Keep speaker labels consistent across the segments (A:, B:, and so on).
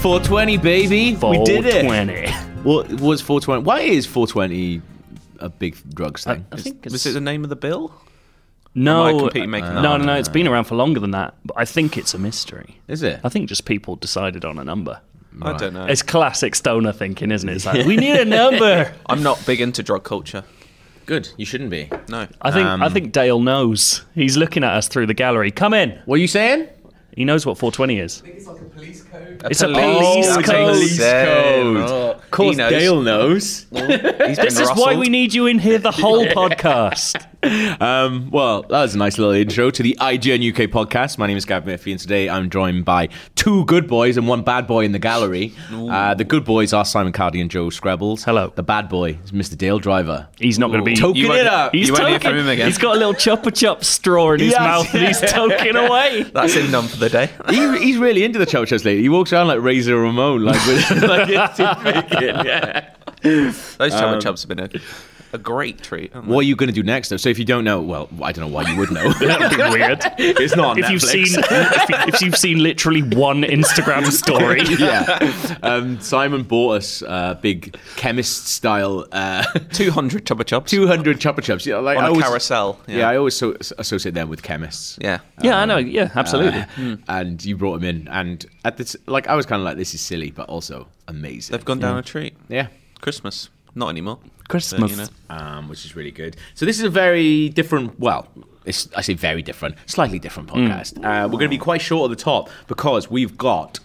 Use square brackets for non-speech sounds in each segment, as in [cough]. A: Four twenty, baby. we did it.
B: 420.
A: What was four twenty? Why is four twenty a big drugs thing?
B: I
A: Is-
B: think
C: Was
B: it's-
C: it the name of the bill?
B: No, uh,
C: Am I completely making that
B: no,
C: up?
B: no, no. It's been around for longer than that, but I think it's a mystery.
A: Is it?
B: I think just people decided on a number.
C: I don't know.
B: It's classic stoner thinking, isn't it? It's like we [laughs] need a number.
C: I'm not big into drug culture.
A: Good. You shouldn't be.
C: No.
B: I think I think Dale knows. He's looking at us through the gallery. Come in.
A: What are you saying?
B: He knows what 420 is.
D: It's like a police code.
B: It's a
C: police
B: police
C: code.
B: code.
C: Police
A: code.
C: Oh,
A: of course,
C: he knows.
A: Dale knows.
C: [laughs] He's been
B: This is why we need you in here the [laughs] whole podcast.
A: Um, well, that was a nice little intro to the IGN UK podcast. My name is Gav Murphy, and today I'm joined by two good boys and one bad boy in the gallery. Uh, the good boys are Simon Cardy and Joe Scrabbles.
B: Hello.
A: The bad boy is Mr. Dale Driver.
B: He's not going to be.
A: Token
C: You
A: it
C: won't-
A: up.
B: He's
C: you won't hear from
B: toking-
C: him again.
B: He's got a little chopper chop straw in his
A: Yes.
B: mouth [laughs] and he's toking away.
C: That's in none for the day.
A: he, he's really into the chochos lately. He walks around like Razor Ramon, like with [laughs] like it's his making, yeah.
C: Those chubba chubs have been a, a great treat. haven't they?
A: What are you going to do next, though? So if you don't know, well, I don't know why you would [laughs] know.
B: That'd be weird.
A: it's [laughs] not on
B: If you've
A: Netflix.
B: seen, if, you- if you've seen literally one
A: [laughs]
B: Instagram story,
A: yeah, um, Simon bought us uh, big chemist style uh, [laughs]
C: 200 chubba chubs
A: 200 chopper chops. Yeah, like
C: on
A: I
C: a
A: always,
C: carousel.
A: Yeah. I always so- associate them with chemists.
C: Yeah.
B: yeah, I know, yeah, absolutely.
A: Uh, And you brought them in, and at this, like I was kind of like, this is silly, but also amazing.
C: They've gone down a treat.
A: yeah.
C: Christmas. Not anymore.
B: Christmas.
C: you know.
A: um, which is really good. So this is a very different. Well, it's, I say very different, slightly different podcast. Uh, we're going to be quite short at the top because we've got.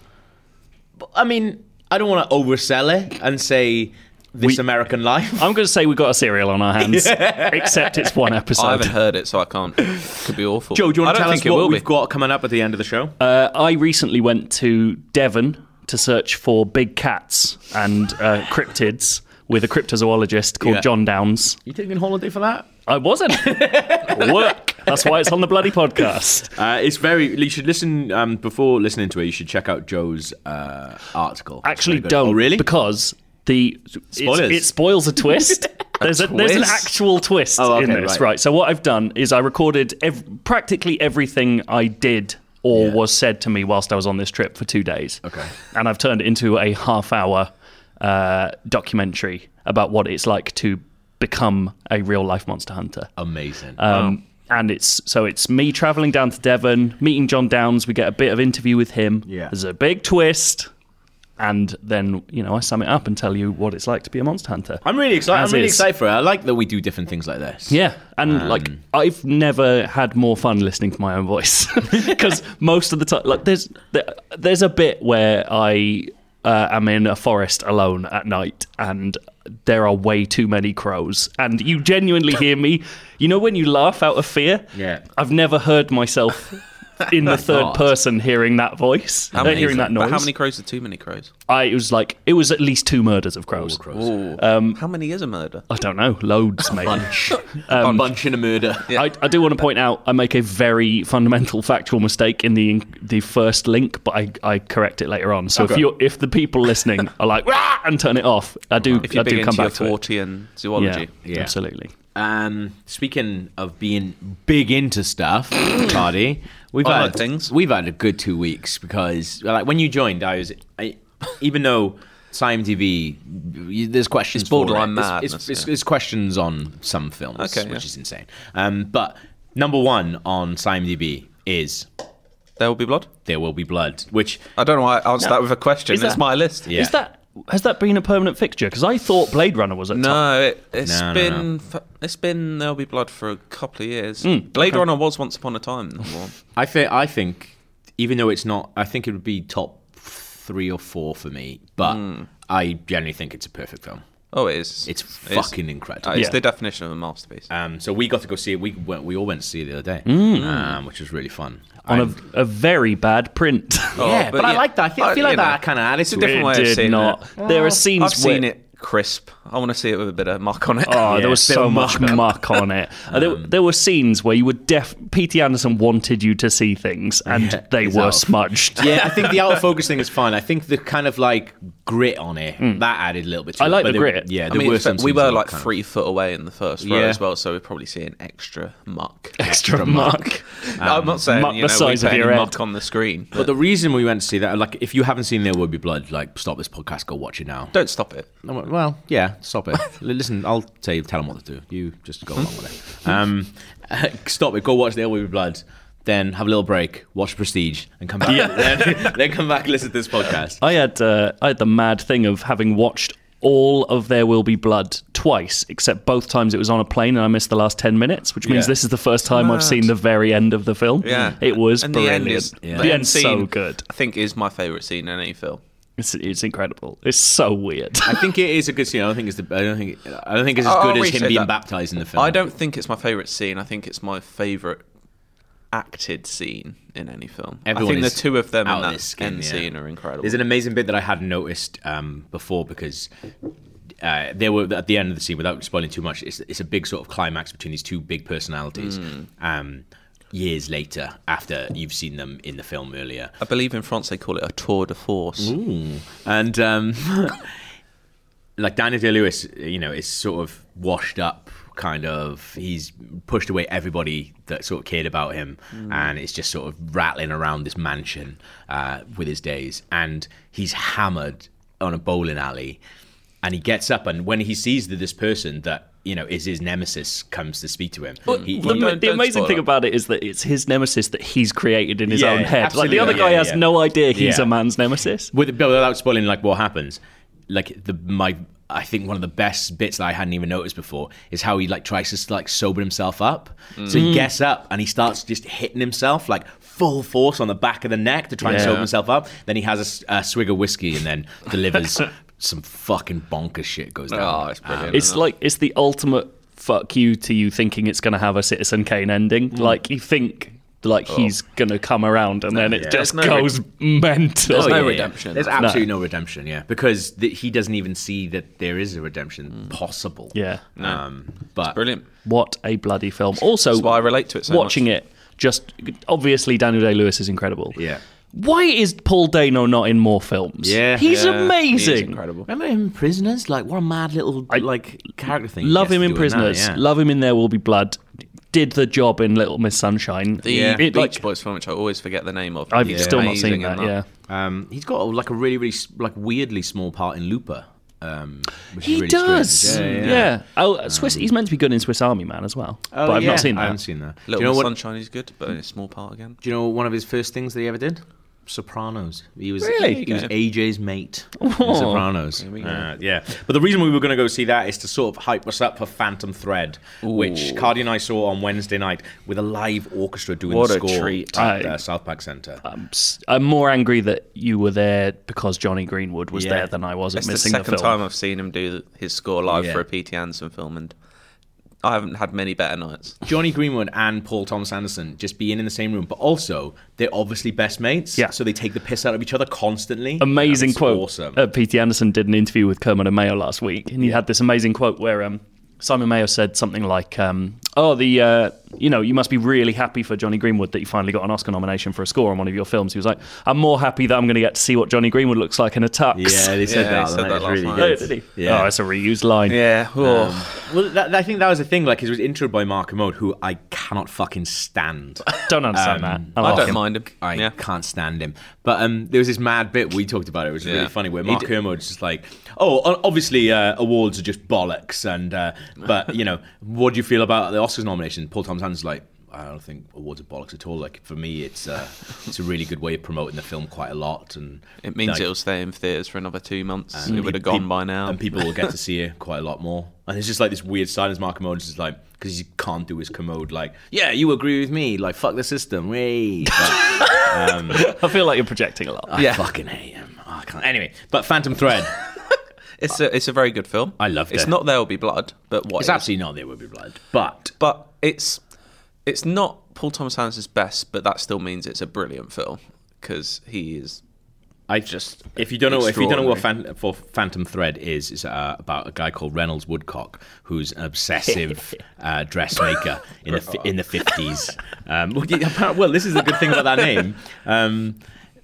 A: I mean, I don't want to oversell it and say this
B: We-
A: American Life.
B: I'm going to say we've got a serial on our hands, except it's one
C: I
B: [laughs]
C: haven't
B: episode.
C: heard it, so I can't. Could be awful.
A: Joe, do you
C: I
A: want to
C: don't
A: tell
C: think
A: us
C: it will
A: what we've
C: be.
A: got coming up at the end of the show?
B: Uh, I recently went to Devon to search for big cats and uh, cryptids with a cryptozoologist called
A: Yeah.
B: John Downs.
A: you taking holiday for that?
B: I wasn't. Work. That's why it's on the bloody podcast.
A: Uh, it's very. You should listen um, before listening to it. You should check out Joe's uh, article. It's
B: Actually,
A: very good.
B: don't
A: Oh, really?
B: because the
A: Spoilers.
B: It, it spoils a
A: [laughs]
B: twist. There's, a, there's an
C: twist?
B: actual twist
A: Oh, okay,
B: in this,
A: right.
B: right. So what I've done is I recorded ev- practically everything I did or
A: Yeah.
B: was said to me whilst I was on this trip for two days.
A: Okay.
B: and I've turned it into a half-hour uh, documentary about what it's like to become a real-life monster hunter.
A: amazing.
B: Um, And it's so it's me traveling down to Devon, meeting John Downs. We get a bit of interview with him.
A: Yeah.
B: There's a big twist, and then you know I sum it up and tell you what it's like to be a monster hunter.
A: I'm really excited.
B: as
A: I'm really
B: is.
A: excited for it. I like that we do different things like this.
B: Yeah, and
C: Um,
B: like I've never had more fun listening to my own voice [laughs]
C: [laughs]
B: because most of the time, like there's there- there's a bit where I uh, am in a forest alone at night, and there are way too many crows, and you genuinely hear me. You know when you laugh out of fear?
A: Yeah.
B: I've never heard
C: [laughs]
B: myself. In the third
A: God.
B: person, hearing that voice, uh, hearing that noise,
C: But how many crows are too many crows?
B: I, it was like it was at least two murders of crows.
C: how many is a murder?
B: I don't know, loads maybe. [laughs]
A: a bunch in a murder.
B: I, I do want to point out I make a very fundamental factual mistake in the the first link, but I, I correct it later on. So if
A: Okay.
B: you if the people listening are like "Rah!" and turn it off, I do
C: If
B: I
C: you're big
B: do
C: into
B: come
C: your
B: back to it.
C: Fortean
B: Yeah,
C: zoology.
A: Yeah.
B: absolutely.
A: Um, speaking of being big into
C: [coughs]
A: stuff, Cardi, we've
C: I
A: had
C: like things.
A: we've had a good two weeks because like when you joined, I was I, even though SciMDB, you- there's questions.
C: It's borderline
A: for it. It's- It's,
C: madness,
A: it's-
C: yeah.
A: it's questions on some films,
C: Okay,
A: which
C: yeah.
A: is insane. Um, but number one on SciMDB is
C: There will be blood.
A: "There Will Be Blood," which
C: I don't know why I answered that with a question.
B: Is
C: It's
B: that-
C: my list.
A: Yeah.
B: Is that has that been a permanent fixture? Because I thought Blade Runner was at top.
C: No, it, it's
A: No, no,
C: been
A: no.
C: f- it's been there'll be blood for a couple of years.
B: Hmm,
C: Blade Runner was once upon a time. number
B: [laughs]
C: one.
A: I think I think even though it's not, I think it
C: Hmm.
A: would be top three or four for me. But I generally think it's a perfect film.
C: Oh, it is.
A: It's
C: It is.
A: fucking incredible.
C: Uh, it's
B: Yeah.
C: the definition of a masterpiece.
A: Um, so we got to go see it. We went, we all went to see it the other day, um, which was really fun.
B: on
A: And-
B: a, a very bad print.
C: Oh,
A: yeah, but, I
C: yeah,
A: like that. I feel, I feel
C: you
A: like
C: know,
A: that kind of added
C: It's a
A: to it.
C: different way
B: It
C: of
B: did
C: seeing
B: not.
C: it.
B: There are scenes
C: I've seen
B: where-
C: it crisp. I want to see it with a bit of muck on it.
B: [laughs] Oh,
C: [laughs]
A: Yeah,
B: there was
A: bit
B: so
A: of
B: much muck on it. Uh, there, there were scenes where you were def. P.T. Anderson wanted you to see things, and
A: Yeah,
B: they
A: he's
B: were
A: out. [laughs]
B: smudged.
A: yeah, I think the out of focus thing is fine. I think the kind of like grit on it that added a little bit. to
B: I
A: it.
B: like
A: But
B: the
A: there-
B: grit.
A: Yeah,
C: I
A: there
C: mean,
A: were
C: it's
A: some
C: fair- we
A: scenes
C: were
A: that
C: like
A: kind of-
C: three foot away in the first row
A: Yeah.
C: as well, so we're probably seeing extra
B: [laughs]
C: muck.
B: Extra muck.
C: I'm not saying
B: Um, muck
C: you
B: the
C: know,
B: size
C: we
B: of
C: put
B: your
C: any
B: head.
C: muck on the screen.
A: But the reason we went to see that, like, if you haven't seen There Will Be Blood, like, stop this podcast, go watch it now.
C: Don't stop it.
A: I went, Oh, well, yeah, stop it.
C: [laughs]
A: L- Listen, I'll tell you, tell them what to do. You just go along with
C: [laughs]
A: it. Um, [laughs] stop it. Go watch There Will Be Blood. Then have a little break, watch Prestige, and come back. [laughs] then, then come back and listen to this
C: [laughs]
A: podcast.
B: I had uh, I had the mad thing of having watched all of There Will Be Blood twice, except both times it was on a plane and I missed the last ten minutes, which means
A: Yeah.
B: this is the first time I've seen the very end of the film.
C: Yeah,
B: it was
C: and
B: brilliant.
C: The end is
A: Yeah.
C: the
B: The
C: end
B: end's so
C: scene,
B: good.
C: I think is my favorite scene in any film.
B: It's, it's incredible. It's so weird.
A: I think it is a good scene. I don't think it's the. I don't think. I don't think it's as
C: I'll
A: good as him
C: restate
A: being
C: that.
A: baptized in the film.
C: I don't think it's my favorite scene. I think it's my favorite acted scene in any film.
A: Everyone
C: I think
A: is
C: the two of them
A: out
C: in
A: of
C: that
A: their skin,
C: end
A: yeah.
C: scene are incredible.
A: There's an amazing bit that I hadn't noticed um, before because uh, there were at the end of the scene, without spoiling too much, it's, it's a big sort of climax between these two big personalities. Um, years later, after you've seen them in the film earlier,
C: I believe in France they call it a tour de force.
A: and um, [laughs] like Daniel Day Lewis, you know, is sort of washed up. Kind of, he's pushed away everybody that sort of cared about him, and it's just sort of rattling around this mansion uh, with his days. And he's hammered on a bowling alley, and he gets up, and when he sees that this person that you know is his nemesis comes to speak to him, he,
B: the,
A: he-
B: the
C: don't- don't
B: amazing
C: spoil
B: thing
C: it.
B: about it is that it's his nemesis that he's created in his
A: Yeah,
B: own head.
A: absolutely.
B: Like the other
A: Yeah,
B: guy
A: yeah,
B: has
A: yeah.
B: no idea he's
A: Yeah.
B: a man's nemesis.
A: with without spoiling like what happens, like the my I think one of the best bits that I hadn't even noticed before is how he like tries to like sober himself up.
C: Mm.
A: So he gets up and he starts just hitting himself like full force on the back of the neck to try and
B: Yeah.
A: sober himself up. Then he has a s- a, swig of whiskey and
C: [laughs]
A: then delivers some fucking bonkers shit goes down. Um,
C: Oh, it's brilliant.
B: It's like it's the ultimate fuck you to you thinking it's going to have a Citizen Kane ending.
C: Mm.
B: Like you think like he's going to come around and then it
A: yeah.
B: just
C: There's Oh. no re-
B: goes mental.
C: There's no
A: oh, yeah, yeah,
C: redemption.
A: yeah. There's absolutely no. redemption, yeah, because th- he doesn't even see that there is a
C: Mm.
A: redemption possible.
B: Yeah.
A: um, but
C: brilliant.
B: What a bloody film. Also
C: That's why I relate to it so
B: watching it just obviously Daniel Day-Lewis is incredible.
A: Yeah.
B: Why is Paul Dano not in more films?
A: Yeah.
B: He's
C: Yeah, he is
B: amazing.
C: incredible.
A: Remember him in Prisoners? Like what a mad little like character thing. he
B: Love
A: gets
B: him
A: to
B: in
A: do that,
B: Prisoners.
A: yeah.
B: Love him in There Will Be Blood. Did the job in Little Miss Sunshine.
C: The
A: Yeah.
C: Beach
B: It, like,
C: Boys film, which I always forget the name of.
B: I've
C: He's
B: still not
C: amazing
B: seen
C: in
B: that, Yeah,
A: Um, he's got like a really, really s- like weirdly small part in Looper. Um, which is
B: he
A: really
B: does.
A: strange.
B: Yeah, Oh, Swiss. he's meant to be good in Swiss Army Man as well,
A: Oh,
B: but I've
A: yeah.
B: not
A: I
B: seen that.
A: haven't seen that.
C: Little
A: do you know
C: Miss
A: what?
C: Sunshine is good, but in a small part again.
A: do you know one of his first things that he ever did? Sopranos. He was
B: Really?
A: he was
C: Yeah.
A: AJ's mate. in Sopranos. Uh, yeah, but the reason we were going to go see that is to sort of hype us up for Phantom Thread, which Cardi and I saw on Wednesday night with a live orchestra doing
C: What
A: the
C: a
A: score
C: treat.
A: at
B: I-
A: uh, South Park Centre.
B: I'm, s- I'm more angry that you were there because Johnny Greenwood was
A: Yeah.
B: there than I was at
C: It's the
B: missing
C: second
B: film.
C: time I've seen him do his score live
A: Yeah.
C: for a P.T. Anderson film, and I haven't had many better nights.
A: Johnny Greenwood and Paul Thomas Anderson just being in the same room, but also they're obviously best mates.
B: Yeah.
A: So they take the piss out of each other constantly.
B: amazing
A: That's
B: quote.
A: Awesome.
B: Uh, P.T. Anderson did an interview with Kermit and Mayo last week, and he had this amazing quote where um, Simon Mayo said something like, um, "Oh, the uh, you know, you must be really happy for Johnny Greenwood that he finally got an Oscar nomination for a score on one of your films." He was like, "I'm more happy that I'm going to get to see what Johnny Greenwood looks like in a tux."
A: yeah, they said that.
C: Yeah, they
A: and
C: said
A: that
C: that
A: is
C: last
A: really
B: [laughs]
C: night.
B: Oh,
A: good.
B: did he?
A: Yeah.
B: Oh, it's a reused line.
C: Yeah.
A: Well, that, I think that was the thing. Like, it was intro by Mark Kermode, who I cannot fucking stand.
B: Don't
A: Um,
B: understand that. I,
C: I
B: like
C: don't
B: him.
C: mind him.
A: I
C: yeah.
A: can't stand him. But um, there was this mad bit we talked about. It was
C: Yeah.
A: really funny where
C: He
A: Mark
C: d-
A: Kermode was just like, "Oh, o- obviously uh, awards are just bollocks." And uh, but you know, what do you feel about the Oscars nomination? Paul Thomas Anderson's like. I don't think awards are bollocks at all. Like for me, it's uh, it's a really good way of promoting the film quite a lot, and
C: It means
A: like,
C: it'll stay in theatres for another two months.
A: and
C: it would have
A: pe-
C: gone by now.
A: and people will get to see it quite a lot more. And it's just like this weird silence. Mark Kermode is just like because he can't do his commode. Like, yeah, you agree with me. Like, fuck the system, way.
B: I feel like you're projecting a lot.
A: Uh, [laughs] I fucking hate him. Oh, I can't. Anyway, but Phantom Thread.
C: It's a it's a very good film.
A: I loved
C: It's
A: it.
C: not There Will Be Blood, but what
A: It's
C: It Is.
A: absolutely not There Will Be Blood, but
C: but it's it's not Paul Thomas Anderson's best, but that still means it's a brilliant film because he is
A: I just if you don't know if you don't know what fan, for Phantom Thread is, it's uh, about a guy called Reynolds Woodcock who's an [laughs] obsessive uh, dressmaker in the fi- in the fifties. Um, well, yeah, appar- well, this is the good thing about that name. Um,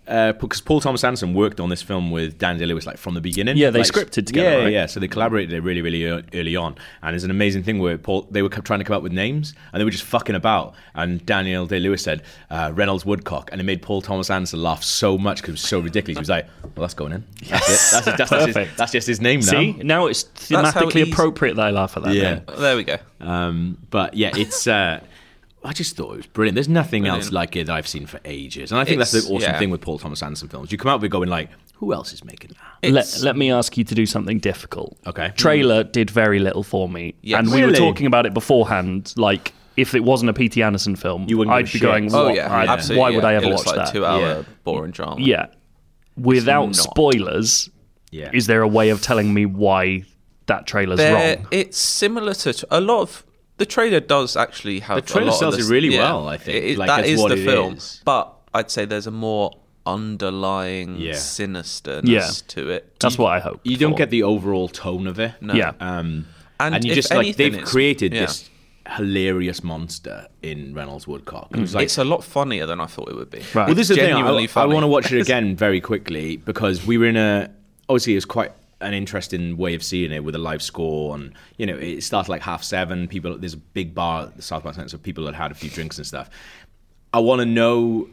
A: uh, because Paul Thomas Anderson worked on this film with Dan Day Lewis like from the beginning.
B: Yeah, they
A: Like,
B: scripted together,
A: Yeah,
B: right?
A: yeah. So they collaborated really, really ear- early on. And there's an amazing thing where Paul they were kept trying to come up with names and they were just fucking about. And Daniel Day Lewis said uh, Reynolds Woodcock, and it made Paul Thomas Anderson laugh so much because it was so ridiculous. He was like, "Well, that's going in. That's it. That's, that's, that's, his-
B: Perfect.
A: that's just his name now."
B: See, now it's
C: That's how
B: thematically
C: easy-
B: appropriate that I laugh at that.
A: Yeah.
B: name.
C: Oh, there we go.
A: Um, but yeah, it's. Uh, I just thought it was brilliant. There's nothing else like it that I've seen for ages, and I think that's
C: It's-
A: the awesome
C: yeah.
A: thing with Paul Thomas Anderson films. You come out of it going like, "Who else is making that?"
B: Let,
C: It's-
B: let me ask you to do something difficult.
A: Okay.
B: Trailer did very little for me.
C: Yes.
B: And we were
A: Really?
B: talking about it beforehand. Like, if it wasn't a P.T. Anderson film,
A: You wouldn't
B: I'd
A: give
B: be
A: a shit.
B: going,
C: Oh
B: "What?
C: yeah,
B: I-
C: absolutely.
B: Why would
C: yeah.
B: I ever
C: it
B: watch
C: looks like
B: that?
C: A two-hour
A: Yeah.
C: boring drama.
B: Yeah. Without
C: not.
B: spoilers,
A: Yeah.
B: is there a way of telling me why that trailer's
C: They're-
B: wrong?
C: It's similar to t- a lot of the trailer does actually have. The
A: trailer
C: a lot
A: sells
C: of this,
A: it really
C: yeah.
A: well, I think.
C: It-
A: Like,
C: that
A: that's
C: is
A: what
C: the
A: it
C: film,
A: is.
C: but I'd say there's a more underlying
A: Yeah.
C: sinisterness
B: Yeah.
C: to it.
B: That's what I hope.
A: You don't get the overall tone of it.
C: No.
B: Yeah.
A: Um, and,
C: And
A: you
C: if
A: just like
C: anything,
A: they've
C: it's-
A: created
C: yeah.
A: this hilarious monster in Reynolds Woodcock. It was like,
C: It's a lot funnier than I thought it would be.
B: Right.
A: well, this is the thing.
C: genuinely
A: I, I
C: funny.
A: want to watch it again very quickly because we were in a obviously it was quite an interesting way of seeing it with a live score and you know it started like half seven. People, there's a big bar at the South Bank Centre, so people had had a few drinks and stuff. I want to know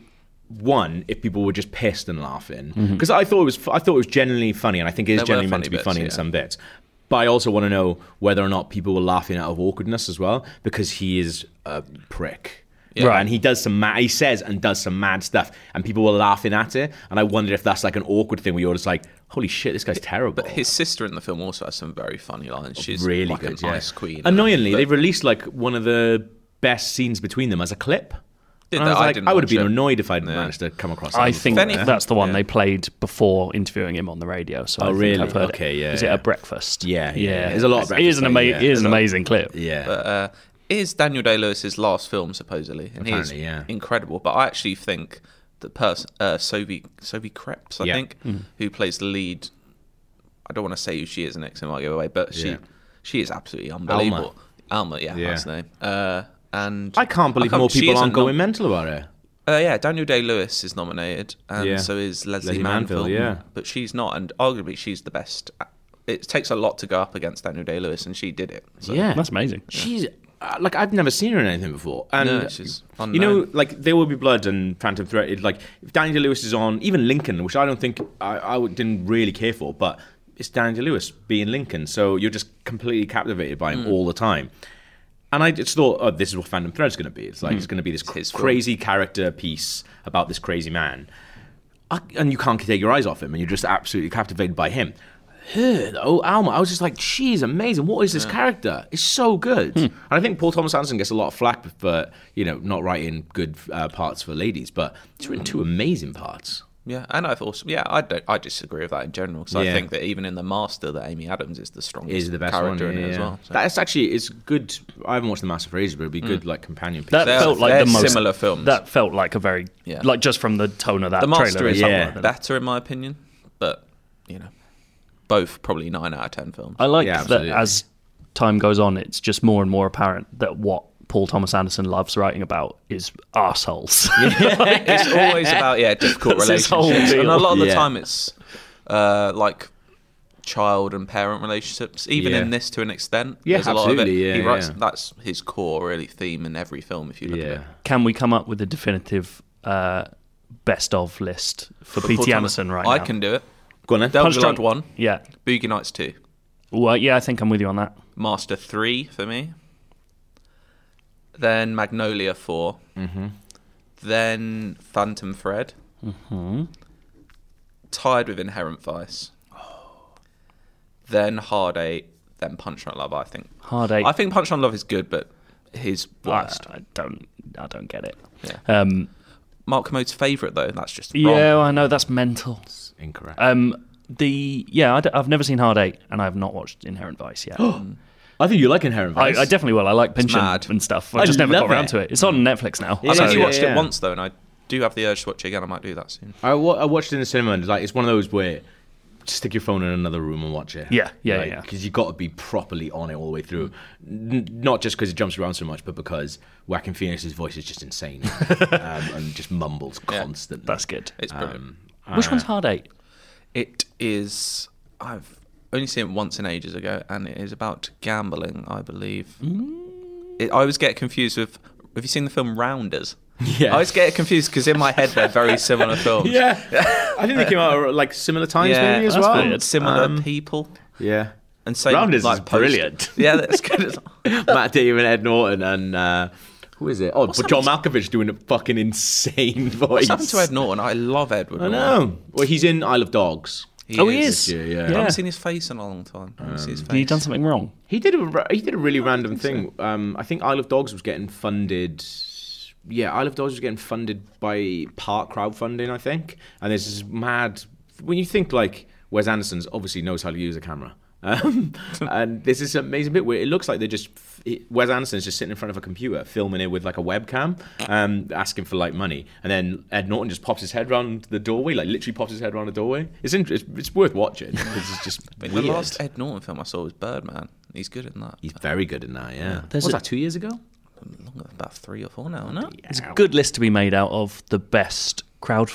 A: one if people were just pissed and laughing because I thought it was I thought it was genuinely funny and I think it is
C: There Mm-hmm. were
A: genuinely meant
C: funny
A: to be
C: bits,
A: funny in
C: yeah.
A: some bits. But I also want to know whether or not people were laughing out of awkwardness as well, because he is a prick.
B: Right.
A: And he does some mad, he says and does some mad stuff, and people were laughing at it. And I wondered if that's like an awkward thing where you're just like, holy shit, this guy's terrible.
C: His sister in the film also has some very funny lines. She's
A: really
C: like
A: good.
C: an
A: yeah.
C: ice queen.
A: Annoyingly,
C: But
A: they released like one of the best scenes between them as a clip.
C: Did
A: And I,
C: they?
A: was
C: I
A: like,
C: didn't
A: I would have
C: watch
A: been
C: it.
A: annoyed if I'd
C: Yeah.
A: managed to come across that
B: I
A: before.
B: think
C: anything-
B: that's the one
C: Yeah.
B: they played before interviewing him on the radio. So I think
A: Oh, really?
B: I've heard it.
A: Okay, yeah,
B: Is
A: yeah.
B: it a breakfast?
A: Yeah, yeah, yeah. There's a lot of
B: It is an,
A: breakfast,
B: ama-
A: yeah.
B: it is an amazing clip.
A: Yeah.
C: But uh, it is Daniel Day Lewis's last film supposedly, and he's
A: Apparently, yeah.
C: incredible. But I actually think the person uh, Sophie Sophie Krebs, I
A: Yeah.
C: think, who plays the lead. I don't want to say who she is next, it might give away, but she
A: Yeah.
C: she is absolutely unbelievable. Alma, yeah,
A: Yeah.
C: that's her name. Uh, and
A: I can't believe more
C: she
A: people
C: isn't
A: aren't going
C: nom-
A: mental about it.
C: uh, yeah, Daniel Day Lewis is nominated, and
A: Yeah.
C: so is Leslie,
A: Leslie Manville,
C: Manville. Mm.
A: yeah.
C: but she's not, and arguably she's the best. It takes a lot to go up against Daniel Day Lewis, and she did it. So.
A: yeah.
B: That's amazing.
A: She's uh, like I've never seen her in anything before, and
C: No, she's
A: you know,
C: unknown.
A: like There Will Be Blood and Phantom Thread. it- Like if Daniel Day Lewis is on, even Lincoln, which I don't think I, I would- didn't really care for, but it's Daniel Day Lewis being Lincoln, so you're just completely captivated by
C: Hmm.
A: him all the time. And I just thought, oh, this is what Phantom Thread's going to be. It's like it's going to be this cr-
C: Hmm. his film.
A: crazy character piece about this crazy man, I, and you can't take your eyes off him, and you're just absolutely captivated by him. Her though, Alma, I was just like, she's amazing. What is this character? It's so good. Hmm. And I think Paul Thomas Anderson gets a lot of flack for you know not writing good uh, parts for ladies, but he's written two amazing parts.
C: Yeah, and I've also yeah, I don't I disagree with that in general because
A: Yeah.
C: I think that even in the Master, that Amy Adams is the strongest
A: Is the best
C: character
A: one
C: in it
A: yeah,
C: as
A: yeah.
C: well. so. Hmm.
A: That's actually it's good. I haven't watched the Master for ages, but it'd be good like companion piece.
B: That
C: They're-
B: felt like
C: they're
B: the most
C: similar films.
B: That felt like a very
C: Yeah.
B: like just from the tone of that
C: the Master
B: trailer.
C: is
B: it's like
A: yeah.
B: one of the-
C: better in my opinion, but you know, both probably nine out of ten films.
B: I like
A: Yeah,
B: that
A: absolutely.
B: as time goes on, it's just more and more apparent that what Paul Thomas Anderson loves writing about is arseholes.
C: it's always
A: [laughs]
C: about yeah difficult
B: That's his whole
C: relationships, and a
B: deal.
C: lot of the
A: Yeah.
C: time it's uh, like child and parent relationships. Even
A: Yeah.
C: in this, to an extent,
A: Yeah,
C: there's a lot of it.
A: absolutely,
C: he
A: yeah,
C: writes
A: yeah.
C: that's his core really theme in every film. If you look at
A: yeah.
C: it.
B: [laughs] Can we come up with a definitive uh, best of list for,
C: Paul
B: P.T.
C: Thomas-
B: Anderson right
C: I
B: now?
C: can do it.
A: Go on then.
C: Del
B: Punch
C: Blood
B: Drunk-
C: one,
B: Yeah.
C: Boogie Nights two,
B: Well, yeah, I think I'm with you on that.
C: Master 3 for me. Then Magnolia 4. Mm-hmm. Then Phantom Thread. Mm-hmm. Tied with Inherent Vice.
A: Oh.
C: Then Hard 8. Then Punch on Love, I think.
B: Hard eight.
C: I think Punch on Love is good, but his worst.
B: I, I don't. I don't get it.
C: Yeah.
B: Um,
C: Mark Mode's favourite, though, that's just wrong.
B: yeah, well, I know that's mental.
C: Uh,
A: Incorrect.
B: Um, the yeah, I d- I've never seen Hard Eight, and I've not watched Inherent Vice yet. I,
A: I think you like Inherent Vice.
B: I definitely will. I like Pynchon
C: mad.
B: and stuff. I,
A: I
B: just never got
A: love
B: around
A: it.
B: to it. It's on Netflix now.
A: Yeah,
C: I've
B: so-
C: only
A: yeah,
C: watched
A: yeah.
C: it once though, and I do have the urge to watch it again. I might do that soon.
A: I, wa- I watched it in the cinema, and like it's one of those where stick your phone in another room and watch it.
B: Yeah, yeah, yeah.
A: Because you got to be properly on it all the way through, N- not just because it jumps around so much, but because Whacking Phoenix's voice is just [laughs] insane um, and just mumbles constantly.
B: [laughs] that's good.
A: Um,
C: It's brilliant.
B: Which one's Hard Eight?
C: It is. I've only seen it once in ages ago, and it is about gambling, I believe.
A: Mm.
C: It, I always get confused with. Have you seen the film Rounders?
A: Yeah.
C: I always get confused because in my head they're very
A: [laughs]
C: similar films.
A: yeah, I think they came out at, like similar times
C: Yeah,
A: maybe as
B: that's
A: well.
B: weird.
C: Similar people.
A: Yeah,
C: And same,
A: Um, Rounders
C: like,
A: is
C: poster.
A: brilliant.
C: Yeah, that's good.
A: [laughs] Matt Damon, Ed Norton, and uh, who is it? Oh, but John Malkovich doing a fucking insane voice.
C: What's happened to Ed Norton? I love Edward.
A: I
C: Norton.
A: know. Well, he's in Isle of Dogs.
B: Oh, he is.
A: Yeah, yeah. Um,
C: I
B: Yeah.
C: haven't seen his face in a long time. I haven't seen his face.
B: You done something wrong.
A: He did a ra- he did a really random thing. Um, I think Isle of Dogs was getting funded. Yeah, Isle of Dogs was getting funded by part crowdfunding, I think. And there's this mad when you think like Wes Anderson's obviously knows how to use a camera. [laughs] Um, and there's this amazing bit where it looks like they're just it, Wes Anderson's just sitting in front of a computer filming it with like a webcam, um, asking for like money, and then Ed Norton just pops his head round the doorway, like literally pops his head round the doorway. It's in, it's, it's worth watching because it's just
C: [laughs] But
A: weird.
C: The last Ed Norton film I saw was Birdman. He's good in that.
A: He's very good in that, yeah.
B: There's
A: was
B: a-
A: that two years ago?
C: Longer, about three or four now, isn't it?
B: It's a good list to be made out of the best crowdfunding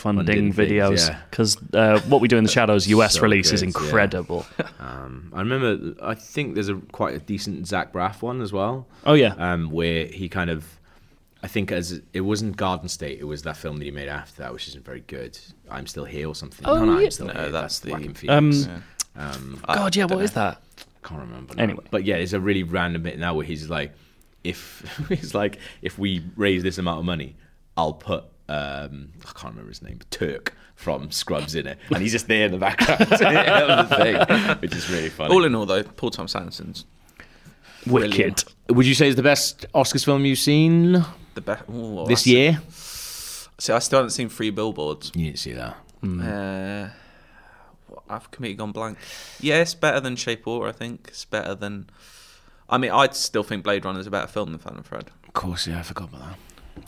A: Funding things,
B: videos
A: yeah.
B: because uh, what we do in the shadows US
A: So
B: release is
A: good, yeah.
B: incredible.
A: Um, I remember. I think there's a quite a decent Zach Braff one as well.
B: Oh, yeah.
A: um, where he kind of, I think as it wasn't Garden State, it was that film that he made after that, which isn't very good. I'm still here or something.
B: Oh,
A: no, no,
B: yeah.
A: I'm still
C: No,
A: here.
C: that's the-
A: Whacking Phoenix.
B: Um,
C: I
B: God, yeah,
C: don't
B: what is that?
A: can't remember. now.
B: Anyway.
A: but yeah, it's a really random bit now where he's like, if [laughs] he's like, if we raise this amount of money, I'll put um, I can't remember his name, Turk from Scrubs in it, and he's just there in the background, [laughs] of the thing, which is really funny.
C: All in all, though, Paul Thomas Anderson's
B: Wicked.
A: Would you say is the best Oscars film you've seen
C: the best ooh,
A: this
C: I-
A: year?
C: See, I still haven't seen Three Billboards.
A: You didn't see that.
C: Uh, I've completely gone blank. Yeah, it's better than Shape of Water, I think. It's better than. I mean, I still think Blade Runner is a better film than Phantom Thread.
A: Of course, yeah, I forgot about that.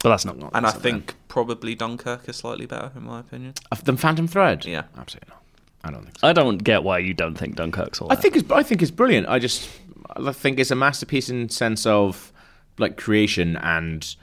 B: But that's not.
C: And I think probably Dunkirk is slightly better, in my opinion.
A: Of the Phantom Thread.
C: Yeah.
A: absolutely not. I don't think so.
B: I don't get why you don't think Dunkirk's all
A: I
B: that.
A: think it's I think it's brilliant. I just I think it's a masterpiece in sense of like creation and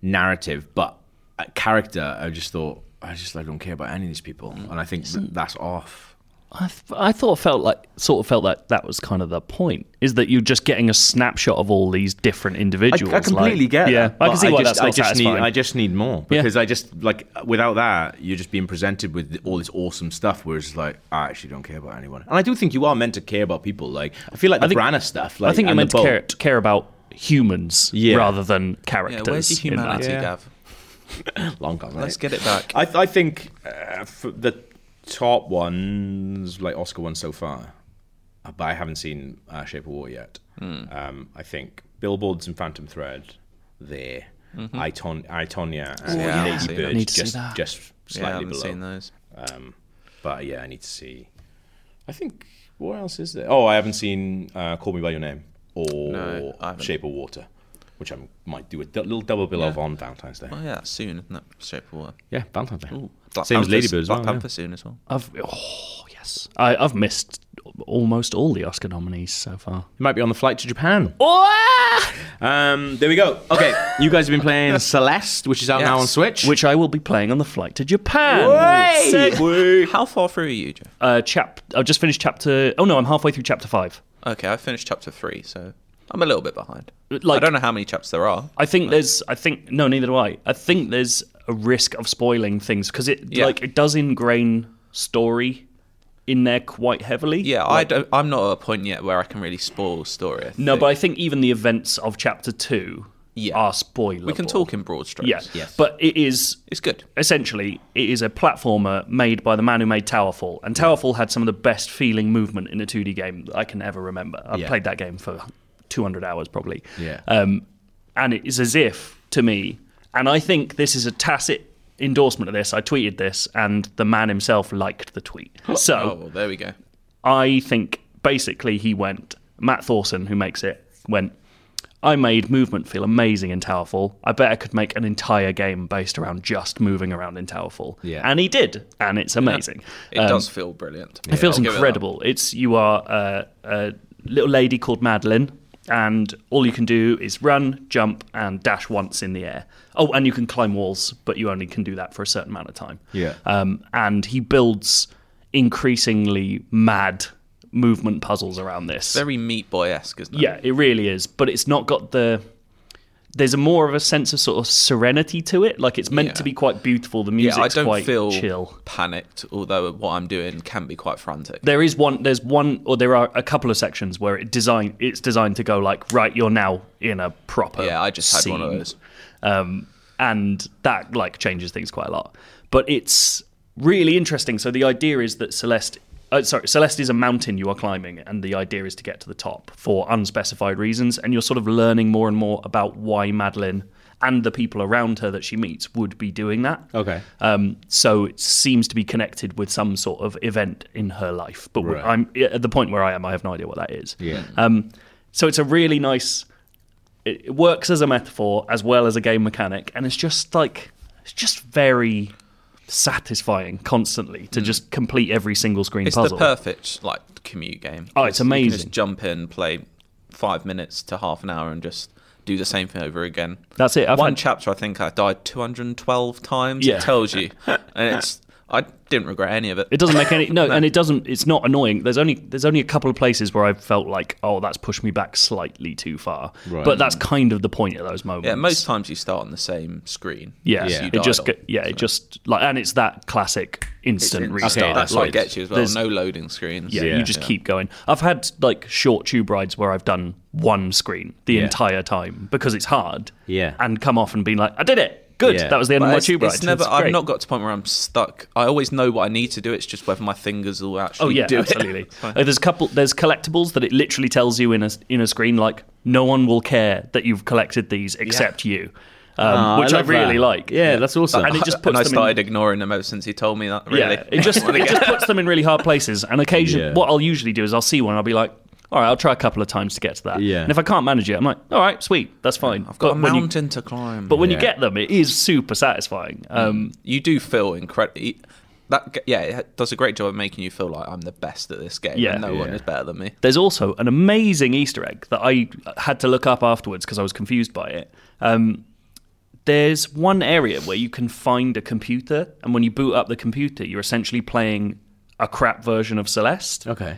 A: narrative, but uh, character. I just thought I just I don't care about any of these people, and I think th- that's off.
B: I, th- I thought felt like sort of felt like that was kind of the point is that you're just getting a snapshot of all these different individuals. like- Yeah, I
A: but
B: can see why
A: just,
B: that's not
A: I just need
B: satisfying.
A: I just need more
B: Yeah.
A: because I just like without that you're just being presented with all this awesome stuff. Whereas it's like I actually don't care about anyone, and I do think you are meant to care about people. Like I feel like the
B: think-
A: Branagh stuff. Like,
B: I think you're
A: and the
B: meant to
A: boat.
B: care, to care about humans
A: Yeah.
B: rather than
C: Yeah,
B: characters.
C: where's your
B: in that.
C: humanity,
A: Yeah.
C: Gav?
A: Long gone.
C: Let's
A: mate.
C: get it back.
A: I, th- I think uh, for the top ones, like Oscar ones so far, uh, but I haven't seen uh, Shape of Water yet.
C: Hmm.
A: Um, I think Billboards and Phantom Thread there. I, Ton- I Tonya and
C: yeah, Mm-hmm. I haven't
A: Lady
C: seen that.
A: Bird
B: Need to see
A: just
B: that.
A: just
C: yeah, I
A: slightly
C: haven't
A: below.
C: seen those.
A: But uh, yeah, I need to see. I think what else is there? Oh, I haven't seen uh, Call Me by Your Name or
C: No, I haven't.
A: Shape of Water, which I might do a d- little double bill of on Valentine's Day.
C: Oh, yeah, that's soon, isn't it? Shape of Water.
A: Yeah, Valentine's Day.
C: Ooh, Black
A: Same as
C: Panther's-
A: Lady Bird as
C: Black
A: well, yeah.
C: Panther soon as well. Uh,
B: I've oh yes, I, I've missed almost all the Oscar nominees so far.
A: You might be on the flight to Japan. Um, there we go. Okay, you guys have been
B: [laughs]
A: playing Celeste, which is out now
C: Yes.
A: on Switch.
B: Which I will be playing on the flight to Japan.
C: How far through are you, Jeff?
B: Uh, chap, I've just finished chapter. Oh no, I'm halfway through chapter five.
C: Okay, I finished chapter three, so I'm a little bit behind. I
B: Like-
C: don't know how many chapters there are.
B: I think there's. I think no, neither do I. I think there's a risk of spoiling things because it
C: Yeah.
B: like it does ingrain story in there quite heavily.
C: Yeah, I don't, I'm not at a point yet where I can really spoil story. I
B: No,
C: think.
B: but I think even the events of chapter two
C: Yeah.
B: are spoilable.
C: we can talk in broad strokes.
B: Yeah, but it is
C: It's good.
B: essentially it is a platformer made by the man who made Towerfall, and Towerfall had some of the best feeling movement in a 2D game that I can ever remember. I've
A: Yeah.
B: played that game for 200 hours probably.
A: Yeah.
B: Um, and it is as if to me, and I think this is a tacit endorsement of this. I tweeted this, and the man himself liked
A: [laughs]
B: the tweet. So
C: Oh, well, there we go.
B: I think basically he went, Matt Thorson, who makes it, went, I made movement feel amazing in Towerfall. I bet I could make an entire game based around just moving around in Towerfall.
A: Yeah.
B: And he did, and it's amazing.
C: It does feel brilliant.
B: Um, It feels incredible. it's you are a, a little lady called Madeline, and all you can do is run, jump, and dash once in the air. Oh, and you can climb walls, but you only can do that for a certain amount of time.
A: Yeah.
B: Um, and he builds increasingly mad movement puzzles around this.
C: Very Meat Boy esque, isn't it?
B: Yeah, it really is. But it's not got the. There's a more of a sense of sort of serenity to it. Like it's meant
C: Yeah.
B: to be quite beautiful. The
C: Yeah,
B: music's
C: I don't
B: quite
C: feel
B: chill.
C: panicked, although what I'm doing can be quite frantic.
B: There is one. There's one, or there are a couple of sections where it design. It's designed to go like, right, you're now in a proper.
C: Yeah, I just had one of
B: scene.
C: those.
B: um, and that like changes things quite a lot. But it's really interesting. So the idea is that Celeste, uh, sorry, Celeste is a mountain you are climbing, and the idea is to get to the top for unspecified reasons. And you're sort of learning more and more about why Madeline and the people around her that she meets would be doing that.
A: Okay.
B: Um, so it seems to be connected with some sort of event in her life. But
A: Right.
B: I'm at the point where I am. I have no idea what that is.
A: Yeah.
B: Um, so it's a really nice. It it works as a metaphor as well as a game mechanic, and it's just like it's just very satisfying constantly
A: Mm.
B: to just complete every single screen
C: It's
B: puzzle.
C: the perfect like commute game.
B: Oh, it's
C: You can just
B: amazing.
C: jump in, play five minutes to half an hour, and just do the same thing over again.
B: That's it. I've
C: One
B: had-
C: chapter, I think I died 212 times.
B: Yeah.
C: It
B: [laughs]
C: tells you, and it's I didn't regret any of it.
B: It doesn't make any
C: [laughs]
B: no, and it doesn't. It's not annoying. There's only there's only a couple of places where I've felt like, oh, that's pushed me back slightly too far.
A: Right.
B: But that's kind of the point at those moments.
C: Yeah, most times you start on the same screen.
B: Yeah,
C: as you
B: it
C: died
B: just
C: on.
B: go- yeah, it just like and it's that classic instant
C: It's-
B: restart.
A: Okay,
C: that's
A: that's
C: what
A: right.
C: gets you as well.
B: There's-
C: no loading screens.
B: Yeah,
A: Yeah.
B: you just keep going. I've had like short tube rides where I've done one screen the
A: Yeah.
B: entire time because it's hard.
A: Yeah.
B: and come off and been like, I did it. Good.
A: Yeah.
B: That was the end
C: But
B: of my
C: it's,
B: tube ride.
C: it's never.
B: That's
C: I've
B: great.
C: not got to a point where I'm stuck. I always know what I need to do. It's just whether my fingers will actually
B: Oh yeah,
C: do [laughs]
B: absolutely.
C: it.
B: Uh, there's a couple. There's collectibles that it literally tells you in a in a screen like no one will care that you've collected these except you, um, which I,
A: love
B: really
A: that.
B: like. Uh,
A: Yeah, that's awesome.
B: And it
C: [laughs]
B: just puts
C: I
B: them in-
C: started ignoring them ever since he told me that. Really,
B: Yeah, it just
A: [laughs]
B: it just puts them in really hard places. And occasionally,
A: Yeah.
B: what I'll usually do is I'll see one, I'll be like, "All right, I'll try a couple of times to get to that."
A: Yeah.
B: And if I can't manage it, I'm like, "All right, sweet, that's fine."
C: I've got a
B: when you-
C: mountain to climb.
B: but when you
A: Yeah.
B: get them, it is super satisfying. Um,
C: you do feel incredible. That g- yeah, it does a great job of making you feel like I'm the best at this game.
B: Yeah.
C: and no one
A: Yeah.
C: is better than me.
B: There's also an amazing Easter egg that I had to look up afterwards because I was confused by it. Um, there's one area where you can find a computer, and when you boot up the computer, you're essentially playing a crap version of Celeste.
A: okay.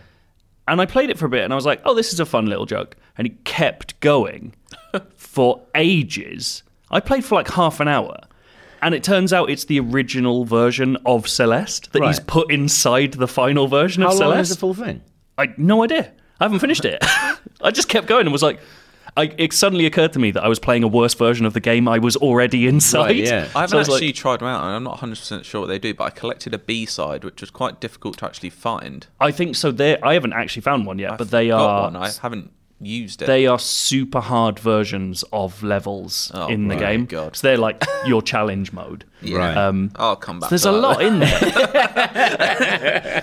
B: And I played it for a bit and I was like, oh, this is a fun little joke. And it kept
A: [laughs]
B: going for ages. I played for like half an hour. And it turns out it's the original version of Celeste that he's
A: Right.
B: put inside the final version
A: How
B: of
A: long is
B: Celeste.
A: the full thing?
B: I no idea. I haven't finished
A: [laughs]
B: it. I just kept going and was like, I, it suddenly occurred to me that I was playing a worse version of the game I was already inside.
A: Right, yeah.
C: I
B: So
C: haven't
B: was like-
C: actually tried them out, and I'm not 100 percent sure what they do. But I collected a B side, which was quite difficult to actually find.
B: I think so. They, I haven't actually found one yet, but they
C: Got
B: are
C: one. I haven't used it.
B: they are super hard versions of levels in the
C: Oh my
B: game.
C: God.
B: So they're like your challenge mode.
C: [laughs] yeah.
A: Right.
C: I'll come back.
B: There's
C: to
B: a
C: that
B: lot in there,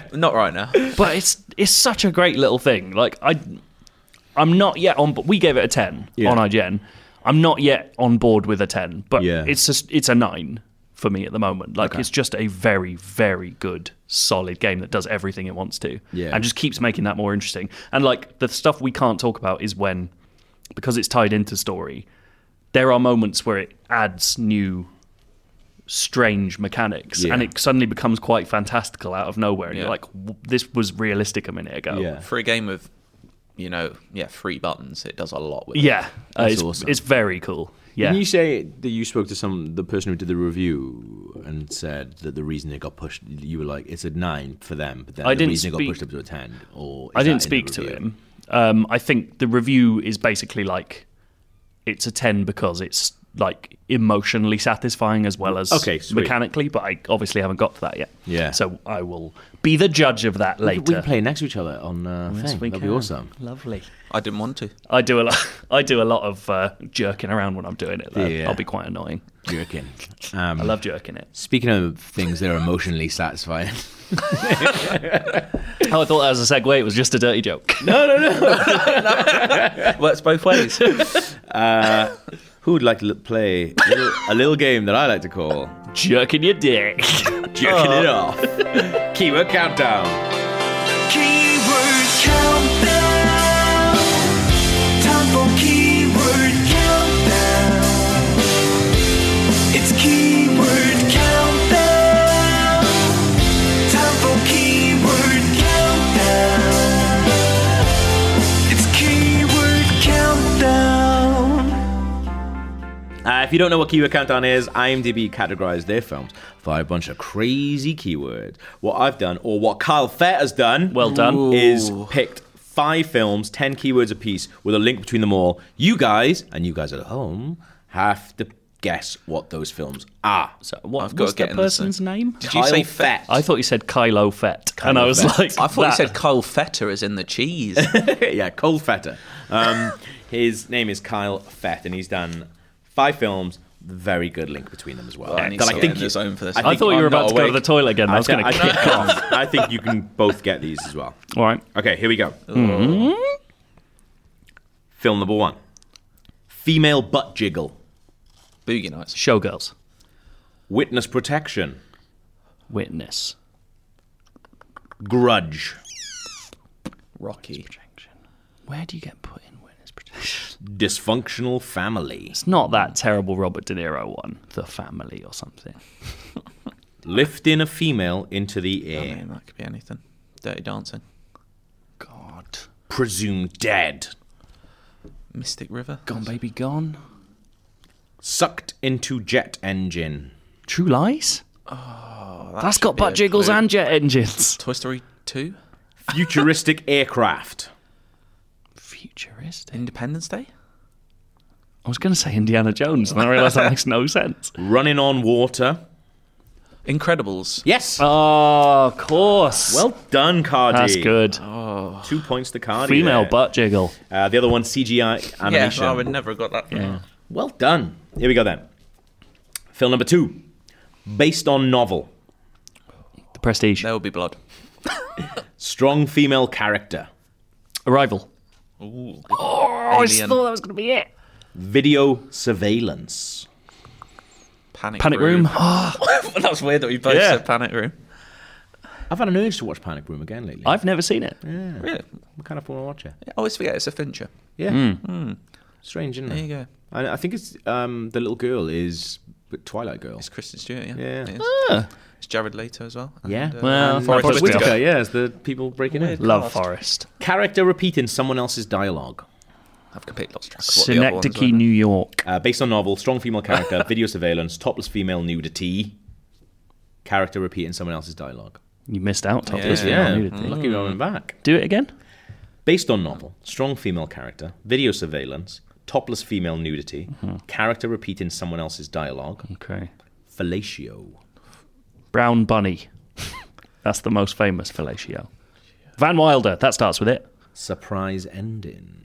C: later. [laughs] Not right now.
B: but it's it's such a great little thing. Like I, I'm not yet on. But we gave it a ten
A: Yeah.
B: on IGN. I'm not yet on board with a ten, but
A: Yeah.
B: it's just it's a nine for me at the moment. Like it's just a very very good solid game that does everything it wants to,
A: Yeah.
B: and just keeps making that more interesting. And like the stuff we can't talk about is when because it's tied into story. There are moments where it adds new strange mechanics
A: Yeah.
B: and it suddenly becomes quite fantastical out of nowhere and
C: Yeah.
B: you're like "W- this was realistic a minute ago
A: Yeah.
C: For a game with, you know, yeah, three buttons, it does a lot with. it.
B: yeah uh,
A: That's
B: it's,
A: awesome.
B: it's very cool yeah
A: Didn't you say that you spoke to some the person who did the review and said that the reason it got pushed? You were like, it's a nine for them, but then
B: I
A: the
B: didn't
A: reason it
B: speak-
A: got pushed up to a ten. Or is that
B: i didn't
A: in the
B: speak to
A: review?
B: him um, i think the review is basically like it's a 10 because it's like emotionally satisfying as well as
A: Okay, sweet.
B: mechanically. But I obviously haven't got to that yet.
A: Yeah.
B: So I will be the judge of that later.
A: We can play next to each other on uh,
B: Yes,
A: thing.
B: we
A: That'd be
B: can.
A: awesome.
B: Lovely.
C: I didn't want to.
B: I do a lot. [laughs] I do a lot of uh, jerking around when I'm doing it. Though.
A: Yeah.
B: I'll be quite annoying.
A: Jerking. Um,
B: I love jerking it. [laughs]
A: Speaking of things that are emotionally satisfying,
B: Oh, I thought that was a segue. It was just a dirty joke. [laughs]
C: Works both [laughs] ways.
A: who would like to l- play a little, a little game that I like to call
B: jerking your dick.
A: Jerking It
B: Oh.
A: Off?
B: [laughs]
A: Keyword Countdown.
D: Keyword countdown. Time for keyword countdown. It's keyword countdown. Time for keyword countdown. It's keyword countdown.
A: Uh, if you don't know what Keyword Countdown is, IMDb categorized their films by a bunch of crazy keywords. What I've done, or what Kyle Fett has done,
B: Well done. Ooh.
A: is picked five films, ten keywords apiece, with a link between them all. You guys, and you guys at home, have to guess what those films are.
B: So what
C: I've got
B: was
C: to
B: the
C: get in this
B: person's
C: thing.
B: name?
C: Did you say
A: Fett.
C: Fett?
B: I thought you said Kylo Fett, and I was
A: Fett.
B: like,
C: I thought you
B: that-
C: said Kyle Fetter is in the cheese.
A: [laughs] yeah, Cole Fetter. Um, his name is Kyle Fett, and he's done five films. Very good link between them as well.
C: I need
A: That
C: to get in the zone for this.
B: I thought you were about to go to the toilet again. I, was going
A: think-
B: to
A: I
B: kick
A: think-
B: off.
A: I think you can both get these as well.
B: All right.
A: Okay, here we go. Film number one: female butt jiggle,
C: Boogie Nights.
B: Showgirls.
A: witness protection,
B: Witness.
A: grudge,
C: Rocky.
B: Where do you get put in witness protection?
A: dysfunctional family,
B: It's not that terrible Robert De Niro one, The Family or something.
A: lifting a female into the
C: I
A: air,
C: mean, that could be anything. Dirty Dancing.
B: God.
A: presumed dead,
C: Mystic River.
B: Gone Baby Gone.
A: sucked into jet engine.
B: True Lies?
C: Oh, that
B: That's
C: should
B: got
C: be
B: butt
C: a
B: jiggles
C: clue.
B: and jet engines.
C: Toy Story 2?
A: futuristic [laughs] aircraft,
B: Futuristic.
C: Independence Day?
B: I was going to say Indiana Jones, and I realised that makes no
C: [laughs]
B: sense.
A: running on water.
C: Incredibles.
A: Yes.
B: Oh, of course.
A: well done, Cardi.
B: that's good.
A: Two points to Cardi.
B: Female
A: there.
B: butt jiggle.
A: Uh, the other one CGI animation.
C: Yeah, I would never have got that. Yeah.
A: well done. Here we go then. Film number two, based on novel.
B: The Prestige.
C: There will be blood.
A: Strong female character.
B: Arrival.
C: Ooh.
B: Oh,
C: Alien.
B: I thought that was going to be it.
A: Video surveillance.
C: Panic,
B: Panic Room. Oh,
C: [laughs] that was weird that we both
B: Yeah.
C: said Panic Room.
A: I've had an urge to watch Panic Room again lately. I
B: I've never seen it.
C: Really?
A: kind of want to watch it.
C: I always forget it's a Fincher.
A: Yeah.
B: Hmm.
C: Hmm.
A: Strange, isn't it?
C: There you go.
A: I, I think it's um, the little girl is Twilight Girl.
C: It's Kristen Stewart, yeah.
A: Yeah.
C: It is.
B: Ah.
C: It's Jared Leto as well. And,
A: Yeah.
C: uh,
B: Well,
C: and
B: Forrest
C: Forrest
B: Whitaker.
C: Whitaker.
A: Okay, yeah, it's the people breaking in.
B: Love Forest.
A: Character repeating someone else's dialogue.
C: I've completely lost track of what the other ones
B: Synecdoche,
C: were.
B: New York.
A: Uh, based on novel, strong female [laughs] character, video surveillance, topless female nudity, character repeating someone else's dialogue.
B: You missed out, Top.
C: Yeah.
B: this one. I knew the thing.
A: lucky we went back.
B: Do it again.
A: Based on novel, strong female character, video surveillance, topless female nudity, character repeating someone else's dialogue,
B: Okay.
A: fellatio.
B: Brown Bunny. [laughs] That's the most famous fellatio. Van Wilder. That starts with it.
A: Surprise ending.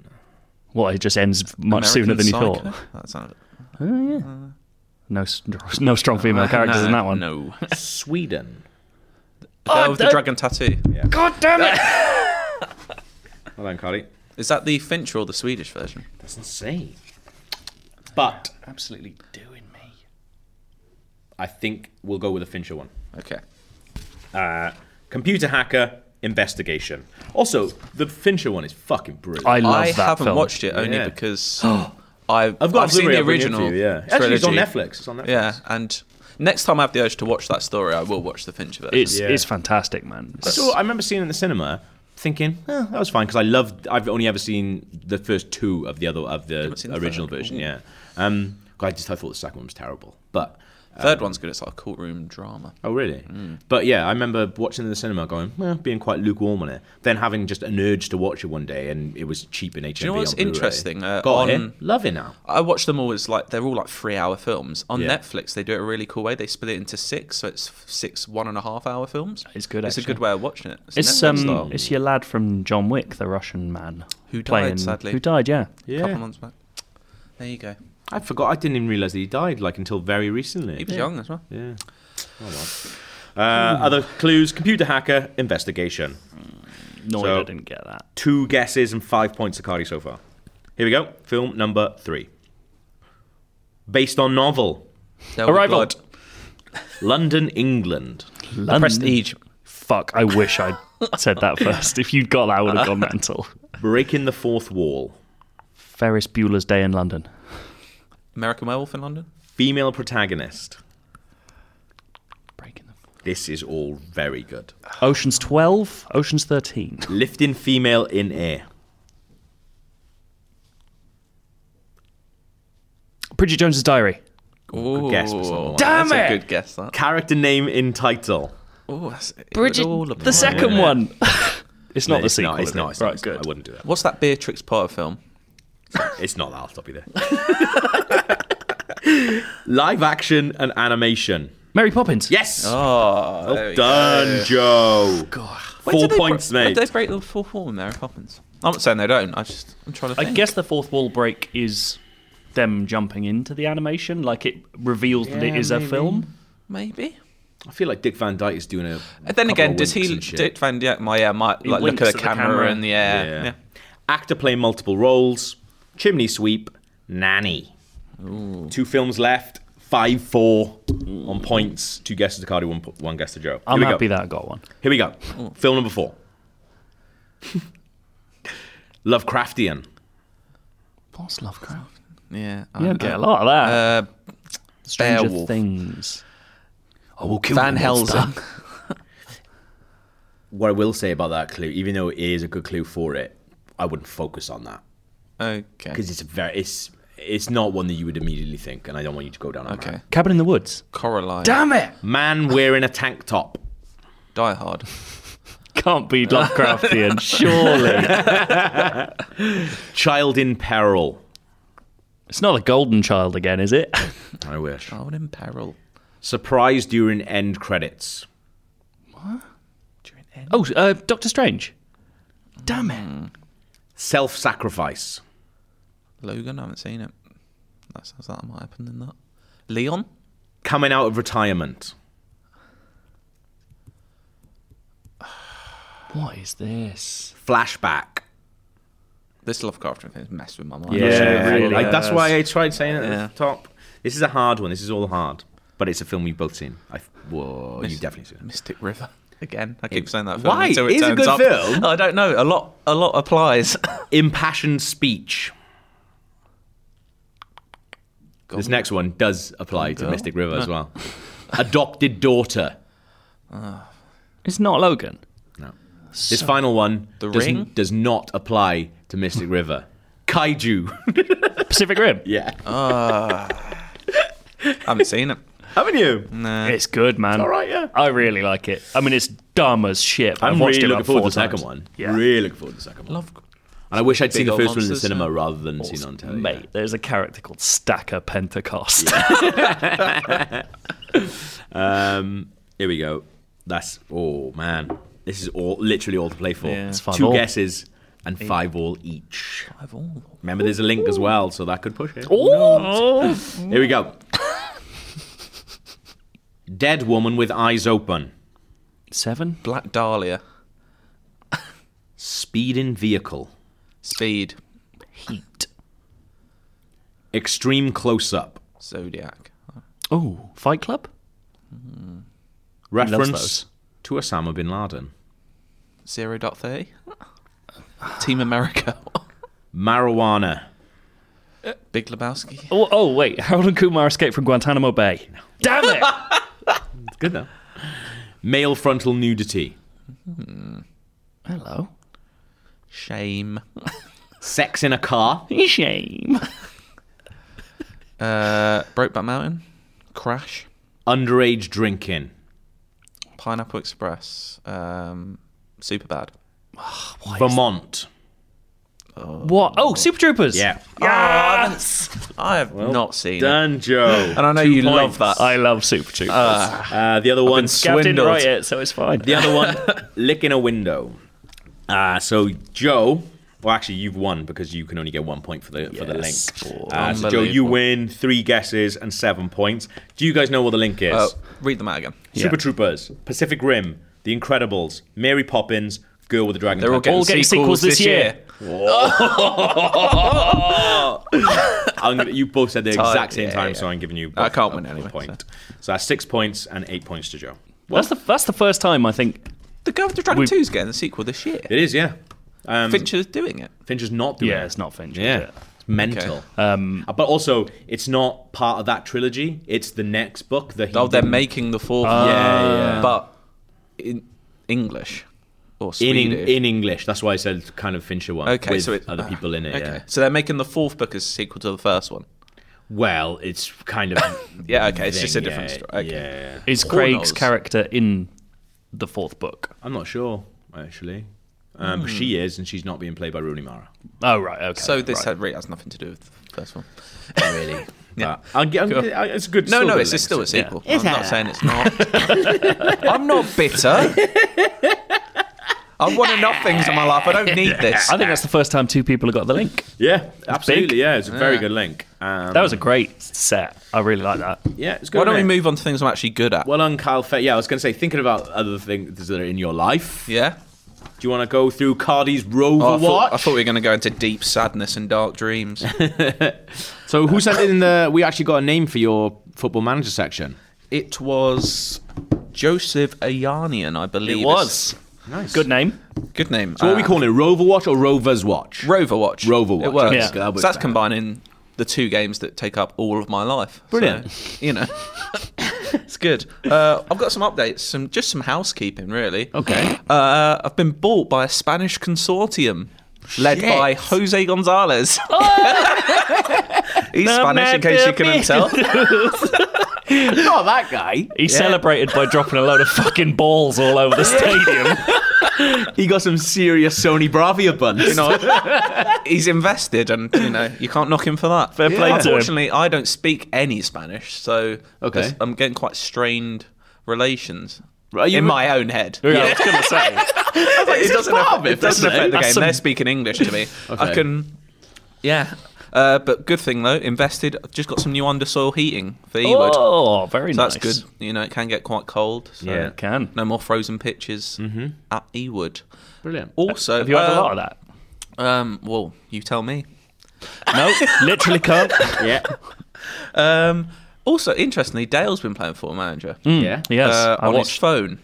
B: What? It just ends much sooner than you
C: American
B: thought.
C: Psycho? That sounded-
B: No, s- no strong
C: [laughs]
B: female characters in that one. [laughs]
C: No.
A: Sweden.
C: Girl with the dragon tattoo.
B: God damn it!
A: Well done, Cardi.
C: Is that the Fincher or the Swedish version?
A: That's insane. But
B: Absolutely doing me.
A: I think we'll go with a Fincher one.
C: Okay.
A: Computer hacker investigation. Also, the Fincher one is fucking brilliant.
B: I love
C: I
B: that
C: haven't
B: film.
C: watched it only
A: Yeah.
C: because
B: [gasps]
C: I've, I've,
A: a
C: seen
A: Blu-ray
C: the
A: I'll bring it to
C: original.
A: you, yeah. Actually, it's on
C: trilogy.
A: Netflix. It's on Netflix.
C: Yeah, and next time I have the urge to watch that story, I will watch the Fincher version.
B: It's
A: Yeah.
B: it's fantastic, man.
A: I, saw, I remember seeing it in the cinema, thinking eh, that was fine because I loved. I've only ever seen the first two of the other of the
C: haven't seen the
A: original
C: third.
A: version.
C: Ooh.
A: Yeah, um, 'cause I just I thought the second one was terrible. But
C: Third one's good. It's like a courtroom drama.
A: Oh, really? But yeah, I remember watching it in the cinema going, well, being quite lukewarm on it. Then having just an urge to watch it one day and it was cheap in HMV.
C: you know what's
A: on Blu-ray.
C: interesting? Uh,
A: Got it.
C: on-
A: Love it now.
C: I watch them all as like they're all like three-hour films. On
A: Yeah.
C: Netflix, they do it a really cool way. They split it into six, so it's f- six one and a half-hour films.
B: It's good,
C: It's
B: actually.
C: a good way of watching it. It's,
B: It's
C: Netflix
B: um,
C: style.
B: it's your lad from John Wick, the Russian man
C: Who died,
B: playing-
C: sadly.
B: Who died? Yeah.
C: a couple
A: Yeah.
C: months back. There you go.
A: I forgot. I didn't even realize that he died like until very recently.
C: He was young as well.
A: Yeah. Oh, well. Uh, other clues: computer hacker investigation.
B: No,
A: So-
B: I didn't get that.
A: Two guesses and five points to Cardi so far. Here we go. Film number three. Based on novel,
C: There will be
B: Arrival.
C: blood.
A: London, England.
B: London.
C: Prestige.
B: Fuck! I wish [laughs] I said that first. If you'd got that, I would have gone mental.
A: Breaking the fourth wall.
B: Ferris Bueller's Day in London.
C: American Werewolf in London.
A: Female protagonist.
B: Breaking the.
A: This is all very good.
B: Ocean's Twelve. Ocean's Thirteen.
A: Lifting female in air.
B: Bridget Jones's Diary.
C: Good
A: guess, but it's not the one.
B: Damn
C: that's
B: it!
C: A good guess that.
A: Character name in title.
C: Ooh, that's, it was
B: Bridget.
C: all
B: The
C: a blind.
B: second [laughs] one. it's not the
A: it's
B: sequel.
A: Not, it's
B: is it?
A: not. It's
B: right.
A: not, it's not.
B: good.
A: I wouldn't do that.
C: What's that Beatrix Potter film?
A: It's not that. I'll stop you there. [laughs] Live action and animation.
B: Mary Poppins.
A: Yes.
C: Oh, there we go.
A: Done, Joe.
C: When
A: Four
C: did they br-
A: points,
C: when
A: mate.
C: Did they break the fourth wall in Mary Poppins? I'm not saying they don't. I just I'm trying to.
B: I
C: think.
B: guess the fourth wall break is them jumping into the animation, like it reveals that it is a film.
C: maybe.
A: I feel like Dick Van Dyke is doing a.
C: And then
A: couple
C: again,
A: of
C: does
A: winks
C: he
A: and shit.
C: Dick Van Dyke? My yeah, my like look
B: winks
C: at the
B: at the
C: camera,
B: camera.
C: in the air.
A: Yeah.
C: Yeah.
A: Actor playing multiple roles. Chimney sweep. Nanny. Two films left. Five four on points. Two guesses to Cardi. One po- one guess to Joe. Here
B: I'm
A: we go.
B: happy that I got one.
A: Here we go. Film number four. [laughs] Lovecraftian.
B: What's Lovecraft?
C: Yeah.
B: You
C: I-
B: don't get a lot of that.
C: Uh,
B: Stranger
C: Beowulf.
B: Things.
A: I will kill
C: Van Helsing.
A: What I will say about that clue, even though it is a good clue for it, I wouldn't focus on that
C: Okay.
A: because it's a very it's it's not one that you would immediately think, and I don't want you to go down. that
C: Okay.
A: route.
B: Cabin in the Woods.
C: Coraline.
B: Damn it!
A: Man wearing a tank top.
C: Die Hard.
B: Can't be [laughs] Lovecraftian, surely.
A: Child in peril.
B: It's not a golden child again, is it?
A: I wish.
B: Oh.
C: Child in Peril.
A: Surprise during end credits.
C: During end.
B: Oh, uh, Doctor Strange. Damn it.
A: Self sacrifice.
C: Logan. I haven't seen it. That sounds like that might happen in that. Leon.
A: Coming out of retirement.
B: [sighs] What is this?
A: Flashback.
C: This Lovecraft thing has messed with my mind.
A: Yeah,
B: really
A: like, that's
B: does.
A: why I tried saying it at
C: Yeah.
A: the top. This is a hard one. This is all hard, but it's a film we've both seen. I whoa, you definitely seen. it.
C: Mystic River. [laughs] Again, I keep saying that. Film
A: Why?
C: until
A: It is a
C: turns
A: good
C: up.
A: film.
C: I don't know. A lot, a lot applies. [laughs]
A: Impassioned speech. This next one does apply to Mystic River as well. Adopted daughter.
B: It's not Logan.
A: No. This final one
C: The
A: does,
C: Ring?
A: does not apply to [laughs] Mystic River. Kaiju.
B: Pacific Rim.
A: yeah.
C: I haven't seen it.
A: [laughs] Haven't you?
B: It's good, man.
A: all right, yeah.
B: I really like it. I mean, it's dumb as shit. but
A: I'm
B: I've watched
A: really
B: it about
A: looking forward to
B: four
A: the second
B: times.
A: one.
B: Yeah.
A: Really looking forward to the second one.
C: Love.
A: And I wish I'd seen
C: Big
A: the
C: Old
A: first one in the
C: Monsters,
A: cinema
C: yeah.
A: rather than seen on telly.
B: Mate, there's a character called Stacker Pentecost. [laughs]
A: Um, here we go. That's oh man, this is all literally all to play for.
C: Yeah. It's
B: five
A: Two
B: all.
A: guesses and five all each.
C: I've all.
A: Remember, there's a link as well, so that could push it.
B: Oh,
A: Here we go. Dead woman with eyes open,
B: seven.
C: Black Dahlia.
A: speeding vehicle,
C: Speed.
B: Heat.
A: extreme close up,
C: Zodiac.
B: Oh, Fight Club.
A: reference
B: those.
A: to Osama bin Laden,
C: Zero dot thirty.
A: [sighs]
C: Team America. [laughs]
A: marijuana,
C: Big Lebowski.
B: Oh, oh wait, [laughs] Harold and Kumar escape from Guantanamo Bay. Damn it!
A: it's good though. Male frontal nudity,
B: Hello.
C: Shame.
A: sex in a car,
B: Shame.
C: Uh, Brokeback Mountain, Crash,
A: Underage drinking.
C: Pineapple Express, um, Super Bad.
A: Vermont.
B: What? Oh, Super Troopers.
A: Yeah.
C: I have not seen it.
A: Done, Joe.
C: And I know you love that.
B: I love Super Troopers.
A: Uh, the other one,
B: Gav didn't
C: swindled.
B: write it, so it's fine.
A: The other one,
C: [laughs]
A: licking a window. Uh, so Joe, well, actually, you've won because you can only get one point for the for the link.
B: Yes, boy.
A: Uh, so Joe, you
C: Unbelievable.
A: win three guesses and seven points. Do you guys know what the link is?
C: Uh, read them out again.
A: Super Troopers, Pacific Rim, The Incredibles, Mary Poppins, Girl with the Dragon.
C: They're all
A: Tattoo.
C: getting,
B: All getting sequels this year.
A: I'm gonna, you both
C: [laughs]
A: said the exact same
C: yeah,
A: time,
C: yeah.
A: so I'm giving you.
C: I
A: both
C: can't
A: a
C: win anyway,
A: Point. So. that's six points and eight points to Joe.
B: That's the that's the first time I think.
C: The Girl with the Dragon
B: We-
C: 2 is getting a sequel this year.
A: It is, yeah. Um,
C: Fincher's doing it.
A: Fincher's not doing.
B: Yeah,
A: it.
B: it's not Fincher. is
A: Yeah.
B: it?
A: It's mental. Um, but also, it's not part of that trilogy. It's the next book that he
C: Oh, they're
A: did
C: making the fourth one.
A: Ah, yeah, yeah.
C: But in English or
A: in,
C: Swedish.
A: in in English. That's why I said kind of Fincher one
C: Okay,
A: with
C: so it- uh,
A: other people in it.
C: okay.
A: Yeah.
C: So they're making the fourth book as a sequel to the first one.
A: Well, it's kind
C: [coughs]
A: of
C: Yeah, okay, it's just a
A: thing,
C: different
A: yeah,
C: story. Okay.
A: Yeah,
B: Is
C: Who
B: Craig's
C: knows?
B: character in the fourth book?
A: I'm not sure actually. Um, but She
C: Hmm.
A: is, and she's not being played by Rooney Mara.
B: Oh right, okay.
C: So this
B: right.
C: had really has nothing to do with the first one.
A: [laughs] Really. yeah. I'll, gi- I'll, gi- I- it's good.
C: No,
A: still
C: no,
A: good
C: it's
A: links.
C: still a
B: yeah.
C: sequel. I'm not saying it's not. I'm not [laughs] bitter. I've won enough things in my life. I don't
A: [laughs]
C: need this.
B: I think that's the first time two people have got the link.
A: Yeah, absolutely.
B: big.
A: Yeah, it's a very good link. Um,
B: That was a great set. I really like that.
A: yeah, it's good.
C: Why don't we
A: isn't it?
C: move on to things I'm actually good at?
A: Well, on Kyle, Fe- yeah, I was going to say, thinking about other things that are in your life.
C: yeah.
A: Do you want to go through Cardi's Rover
C: Oh, I,
A: Watch?
C: thought, I thought we were going to go into deep sadness and
A: [laughs]
C: dark dreams.
A: so who sent in the? We actually got a name for your football manager section.
C: it was Joseph Ayanian, I believe.
B: It was.
A: Nice,
B: Good name.
C: Good name.
A: So what are we
C: Uh,
A: calling it? Rover Watch or Rover's Watch?
C: Rover Watch.
A: Rover Watch.
C: It works.
B: Yeah.
A: That
C: So
A: works
C: that's
A: better.
C: combining the two games that take up all of my life. So,
A: Brilliant.
C: you know, [laughs] it's good. Uh, I've got some updates, some just some housekeeping, really.
A: Okay.
C: Uh, I've been bought by a Spanish consortium led
A: Shit. Oh!
C: by Jose Gonzalez. [laughs] He's
B: The
C: Spanish, in case you
A: [laughs]
C: couldn't tell.
A: [laughs] Not that guy.
B: He celebrated by dropping a load of fucking balls all
C: [laughs]
B: over the stadium.
A: He got some serious Sony Bravia buns.
C: You know, he's invested, and you know you can't knock him for that.
B: Fair play to him.
C: Unfortunately, I don't speak any Spanish, so
A: Okay.
C: there's- I'm getting quite strained relations
A: Are you-
C: in my own head.
B: Yeah, I was [laughs]
A: [laughs]
B: gonna say.
C: it doesn't,
A: part of
C: affect,
A: it,
C: it doesn't
A: doesn't it?
C: affect the
B: That's
C: game.
B: some-
C: They're speaking English
B: [laughs]
C: to me.
A: Okay.
C: I can, yeah. Uh, but good thing though, invested. I've just got some new undersoil heating for Ewood.
B: Oh, very
C: so
B: nice.
C: that's good. You know, it can get quite cold. So
A: Yeah.
B: It can.
C: No more frozen pitches at Ewood.
A: Brilliant.
C: Also,
B: Mm-hmm. Have you had
C: uh,
B: a lot of that?
C: Um, well, you tell me.
B: [laughs] No, literally can't.
A: Yeah.
C: Um, also, interestingly, Dale's been playing Football Manager
B: Hmm.
A: Hmm. Yeah.
B: [laughs] Yes,
C: uh,
B: I
C: on his
B: watched.
C: phone,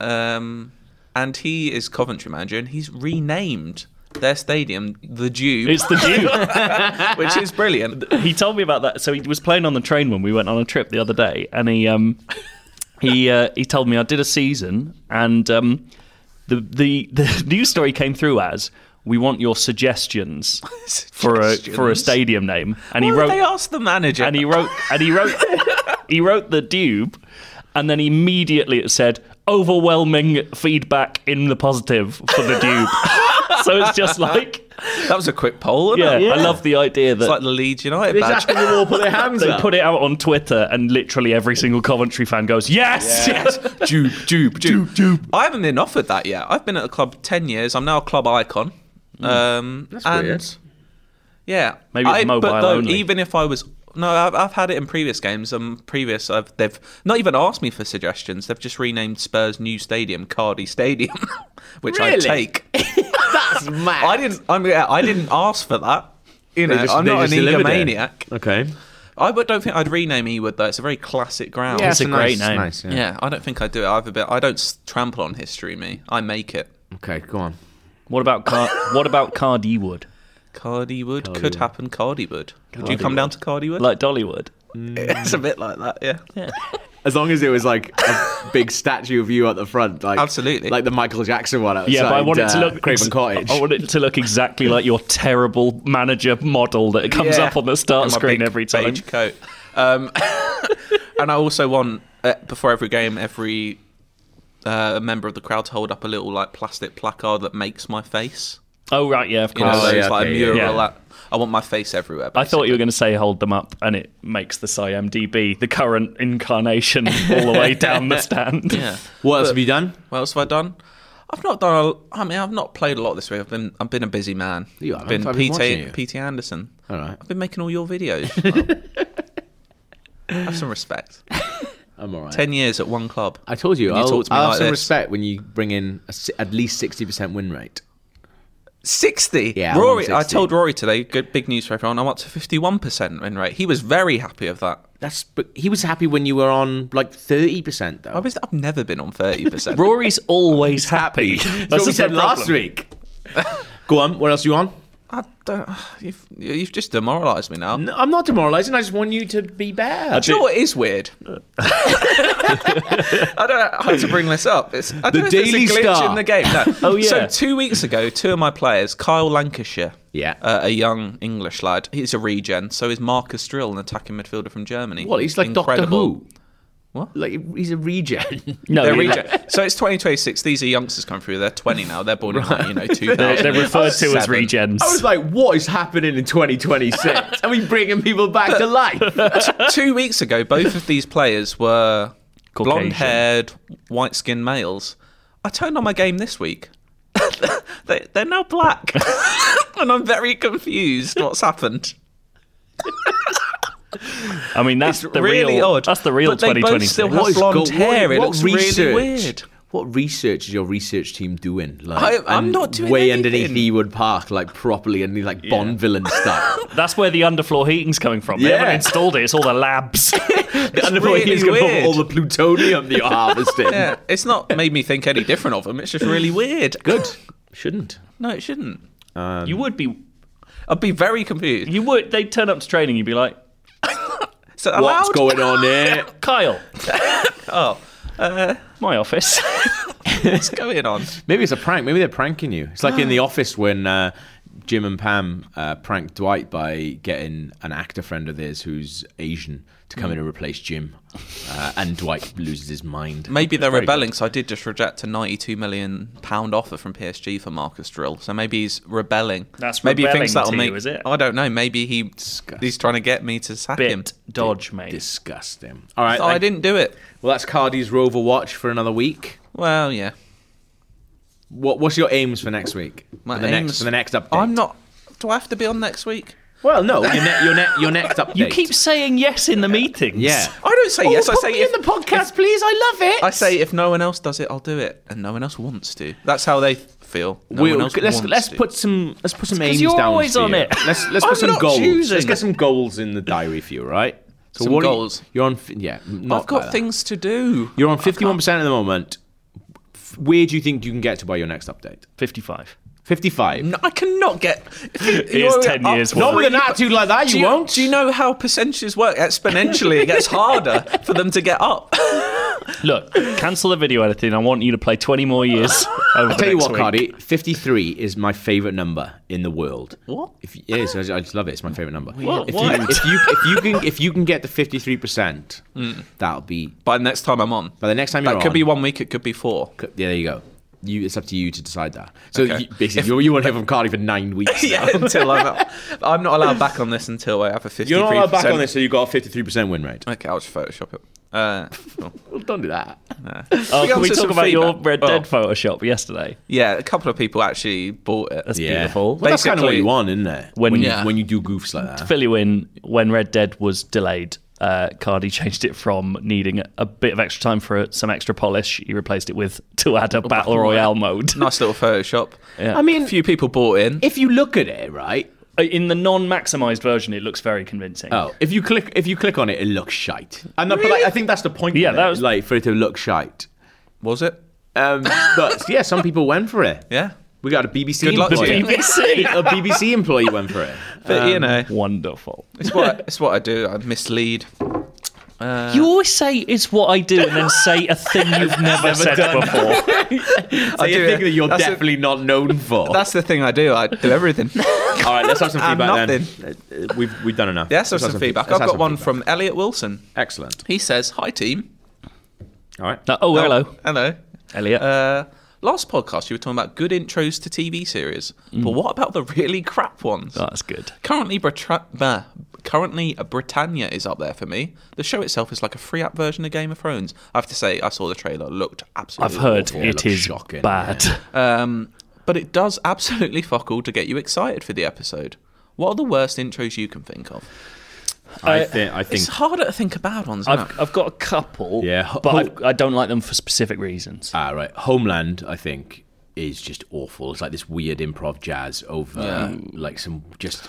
C: um, and he is Coventry manager, and he's renamed their stadium the Dew,
B: It's the Duke.
C: which is
B: [laughs]
C: brilliant.
B: he told me about that. So he was playing on the train when we went on a trip the other day, and he um, he uh, he told me I did a season, and um, the the the [laughs] news story came through as we want your [laughs] suggestions for a for a
C: Suggestions?
B: stadium name, and he
C: Why would they
B: wrote
C: asked the manager.
B: and he wrote and he
C: [laughs]
B: wrote he wrote the dube, and then immediately it said overwhelming feedback in the positive for the dube. so it's just like.
C: that was a quick poll.
B: Yeah,
C: Wasn't it?
B: I love the idea that
C: It's like the Leeds United badge.
A: Exactly. [laughs] They all put their hands
B: They
A: up.
B: put it out on Twitter, and literally every single Coventry fan goes, "Yes, yes,
C: Dupe, dupe, dupe, dupe. I haven't been offered that yet. I've been at a club ten years. I'm now a club icon. Um, That's and
A: Hmm. weird.
C: Yeah,
B: Maybe it's
C: I,
B: mobile
C: But though,
B: only.
C: even if I was no, I've, I've had it in previous games. Um, previous, I've they've not even asked me for suggestions. They've just renamed Spurs' new stadium Cardi Stadium, [laughs] which I
A: Really?
C: take.
A: That's mad.
C: I didn't. I'm. Yeah, I didn't ask for that. You know,
A: just-
C: I'm
A: they
C: not an
A: just delivered it.
C: egomaniac.
A: Okay.
C: I would- don't think I'd rename Ewood though. It's a very classic ground.
B: It's a great name.
C: Yeah. I don't think I do it. I've a bit. I don't s- trample on history. Me, I make it.
A: Okay, go on.
B: What about Car- what about Cardi Wood?
C: Cardi Wood could happen. Cardi Wood. Would you come down to Cardi Wood?
B: Like Dollywood?
C: it's a bit like that. Yeah.
A: As long as it was like a big statue of you at the front, like
C: Absolutely.
A: like the Michael Jackson one. Outside,
B: Yeah, but I want it to
A: uh,
B: look
A: Craven
B: ex-
A: Cottage.
B: I want it to look exactly like your terrible manager model that comes
C: Yeah.
B: up on the start
C: And my
B: screen
C: big
B: every time.
C: Beige coat. Um, [laughs] and I also want uh, before every game, every uh, member of the crowd to hold up a little like plastic placard that makes my face.
B: Oh right, yeah, of
C: You
B: course.
C: know,
A: Oh,
C: so
A: yeah,
C: it's like
A: okay,
C: a
A: yeah.
C: mural.
B: Yeah.
C: That, I want my face everywhere.
B: I thought you were going to say hold them up, and it makes the CIMDB the current incarnation all the way down
C: [laughs]
B: the stand.
C: basically. Yeah.
A: what else have you done?
C: What else have I done? I've not done. A, I mean, I've not played a lot this week. I've been. I've been a busy man.
A: You
C: I've
A: have.
C: been,
A: I've been watching you.
C: PT. PT Anderson.
A: All right,
C: I've been making all your videos.
A: [laughs]
C: Well, have some respect.
A: I'm all right.
C: Ten years at one club.
A: I told you,
C: You
A: I'll,
C: talk to me
A: I'll
C: like
A: have some
C: this.
A: respect when you bring in a si at least sixty percent win rate.
C: Sixty.
A: Yeah, I'm
C: Rory.
A: on
C: I
A: 60.
C: told Rory today. Good big news for everyone. I'm up to fifty-one percent win rate. He was very happy of that.
A: That's but he was happy when you were on like thirty percent though.
C: I was. I've never been on
A: [laughs]
C: thirty
B: [laughs]
C: percent.
B: Rory's always happy.
A: That's what we
B: the
A: said last
B: problem.
A: week. Go on. What else you on?
C: I don't. You've, you've just demoralised me now.
A: No, I'm not demoralising. I just want you to be better.
C: Do you know what
A: [laughs]
C: is weird? [laughs] I don't know how to bring this up. It's, I don't know if there's
A: Daily
C: a glitch
A: Star.
C: in the game.
A: [laughs]
C: No.
B: Oh, yeah.
C: So two weeks ago, two of my players, Kyle Lancashire,
A: Yeah.
C: uh, a young English lad, he's a regen. So is Marcus Drill, an attacking midfielder from Germany.
A: What? He's like
C: Incredible.
A: Doctor Who.
C: What?
A: Like he's a regen. [laughs]
B: No,
C: They're
B: he-
C: regen. so it's 2026. These are youngsters coming through. They're 20 now. They're born in
A: [laughs]
C: like, you know 2000.
B: they're referred to as
C: Seven.
B: regens.
A: I was like, what is happening in 2026? Are we bringing people back to
C: [laughs]
A: life?
C: two weeks ago, both of these players were
B: Caucasian.
C: blonde haired, white skinned males. I turned on my game this week. [laughs] they, they're now black. [laughs] and I'm very confused what's happened.
B: I mean, that's the
C: really
B: real.
C: odd.
B: That's the real
C: But they both
B: 2020.
C: still have- What is blonde hair? It looks really weird.
A: What research is your research team doing? Like,
C: I- I'm
A: and
C: not doing
A: way
C: anything.
A: underneath Ewood Park, like properly, and like Bond villain stuff.
C: [laughs]
B: That's where the underfloor heating's coming from. They
A: Yeah.
B: haven't installed it. It's all the
C: [laughs]
B: labs. [laughs]
A: and the
C: really
A: he's gonna put
C: weird.
A: all the plutonium that you're harvesting.
C: Yeah, it's not made me think any different of them. It's just really weird.
A: Good. Shouldn't.
C: No, it shouldn't.
B: you would be.
C: I'd be very confused.
B: You would. They'd turn up to training. You'd be like,
C: Is that
A: What's
C: allowed?
A: going on here?
B: Kyle.
C: [laughs]
B: oh.
C: uh,
B: my office.
C: What's going on?
A: Maybe it's a prank. Maybe they're pranking you. It's like in the office when uh, Jim and Pam uh, pranked Dwight by getting an actor friend of theirs who's Asian to come in and replace Jim, uh, and Dwight loses his mind.
C: Maybe they're
A: Very good.
C: rebelling, so I did just reject a ninety-two million pound offer from PSG for Marcus Drill. So maybe he's rebelling.
B: That's
C: maybe
B: rebelling
C: that'll
B: to
C: make.
B: you, is it?
C: I don't know. Maybe he he's trying to get me to sack him.
B: Bit dodge, mate.
A: Disgusting. All right.
C: So I
A: thank-
C: didn't do it.
A: Well, that's Cardi's Rover Watch for another week.
C: Well, yeah.
A: What, what's your aims for next week?
C: My
A: for the
C: aims-
A: next for the next update.
C: I'm not. Do I have to be on next week?
A: Well, no. Your, ne- your, ne- your next update.
B: You keep saying yes in the meetings. [laughs]
A: Yeah.
C: I don't say yes. I say if,
A: podcast, please. I love it.
C: I say if no one else does it, I'll do it, and no one else wants to. That's how they feel. No
A: We'll-
C: one else
A: let's
C: wants
A: let's
C: to.
A: put some let's put some aims
B: you're
A: down.
B: always
A: for
B: on
A: you.
B: it.
A: Let's let's put
C: I'm
A: some
C: not
A: goals.
C: choosing.
A: Let's get some goals in the diary for you, right? So
C: Some
A: what are you-
C: goals.
A: You're on. fi- Yeah, not
C: I've got
A: bad.
C: things to do.
A: You're on fifty-one percent at the moment. F- Where do you think you can get to by your next update?
B: 55.
A: Fifty-five.
C: No, I cannot get. It
B: is 10 years
A: Not
B: worth.
A: with an attitude like that, you,
C: do you,
A: won't.
C: Do you know how percentages work? Exponentially, it gets harder for them to get up. [laughs]
B: Look, cancel the video editing. I want you to play 20 more
A: [laughs]
B: years over
A: I'll tell you
B: next
A: what,
B: week.
A: Cardi. Fifty-three is my favorite number in the world.
C: What?
A: If, it is, I just, I just love it. It's my favorite number.
B: What?
A: If, You, if you if you can if you can get the fifty-three percent, that'll be
C: By the next time I'm on.
A: by the next time you're
C: Mm. That could
A: on,
C: be one week, it could be four.
A: Co- Yeah, there you go. You, it's up to you to decide that. So
C: Okay.
A: you, basically, you, you won't hear from Cardi for nine [laughs] weeks.
C: [laughs] yeah, until I'm out. I'm not allowed back on this until I have a 53%.
A: You're not allowed back on this, so you got a fifty-three percent win rate.
C: Okay, I'll just Photoshop it. Uh, cool.
A: Well, don't do that.
B: Oh,
C: We
B: can we
C: answer
B: talk
C: some
B: about your
C: feedback.
B: Red
C: Oh.
B: Dead Photoshop yesterday?
C: yeah, a couple of people actually bought it.
B: That's
A: Yeah,
B: beautiful.
A: Well, that's kind of what
C: Basically-
A: you want, isn't it?
B: When-
A: you,
C: Yeah.
A: when you do goofs like that.
B: fill you in when Red Dead was delayed. Uh, Cardi changed it from needing a bit of extra time for some extra polish. He replaced it with to add
A: Oh,
B: a battle royale mode.
C: [laughs] Nice little Photoshop.
A: I
C: A
A: mean,
C: few people bought in.
A: [laughs] if you look at it, right?
B: Uh, In the non-maximized version, it looks very convincing.
A: Oh, if you click if you click on it, it looks shite. And that, but like, I think that's the point.
B: Yeah,
A: of it,
B: that was-
A: like for it to look shite.
C: Was it? Uh,
A: [laughs] Um, but yeah, some people went for it.
C: Yeah.
A: We got a BBC
C: Good luck
A: employee.
C: to you.
A: [laughs]
B: BBC,
A: a BBC employee [laughs] went for it.
C: But, you know,
B: wonderful.
C: it's what, it's what I do. I mislead.
B: you always say it's what I do, and then say a thing you've [laughs] never, said before.
E: So you
C: do
E: think
C: it.
E: that you're
C: That's a-
E: definitely not known
A: [laughs]
E: for.
C: That's the thing I do. I do everything.
A: All right, let's have some
C: [laughs] I'm
A: feedback then. Uh, uh, We've, we've done enough. Let's
C: Yes, there's
A: have
C: some
A: fe-
C: feedback.
A: let's have
C: I've got
A: some
C: one
A: feedback.
C: from Elliot Wilson.
A: Excellent.
C: He says, "Hi team."
A: All right.
B: No, oh, hello,
C: Hello.
B: Elliot.
C: Uh, last podcast you were talking about good intros to TV series, but what about the really crap ones?
B: Mm. That's good.
C: Currently, Britra- bah, currently uh, Britannia is up there for me. The show itself is like a free app version of Game of Thrones. I have to say, I saw the trailer; it looked absolutely.
B: I've heard
A: awful. It
B: it
A: looks
B: is
A: shocking.
B: bad. [laughs]
C: Um, but it does absolutely [laughs] fuck all to get you excited for the episode. What are the worst intros you can think of?
B: uh,
A: I, thi- I think
C: It's harder to think of bad ones. Isn't
B: I've,
C: it?
B: I've got a couple,
A: Yeah. Oh.
B: but I've, I don't like them for specific reasons.
A: Ah, right. Homeland, I think, is just awful. It's like this weird improv jazz over like some just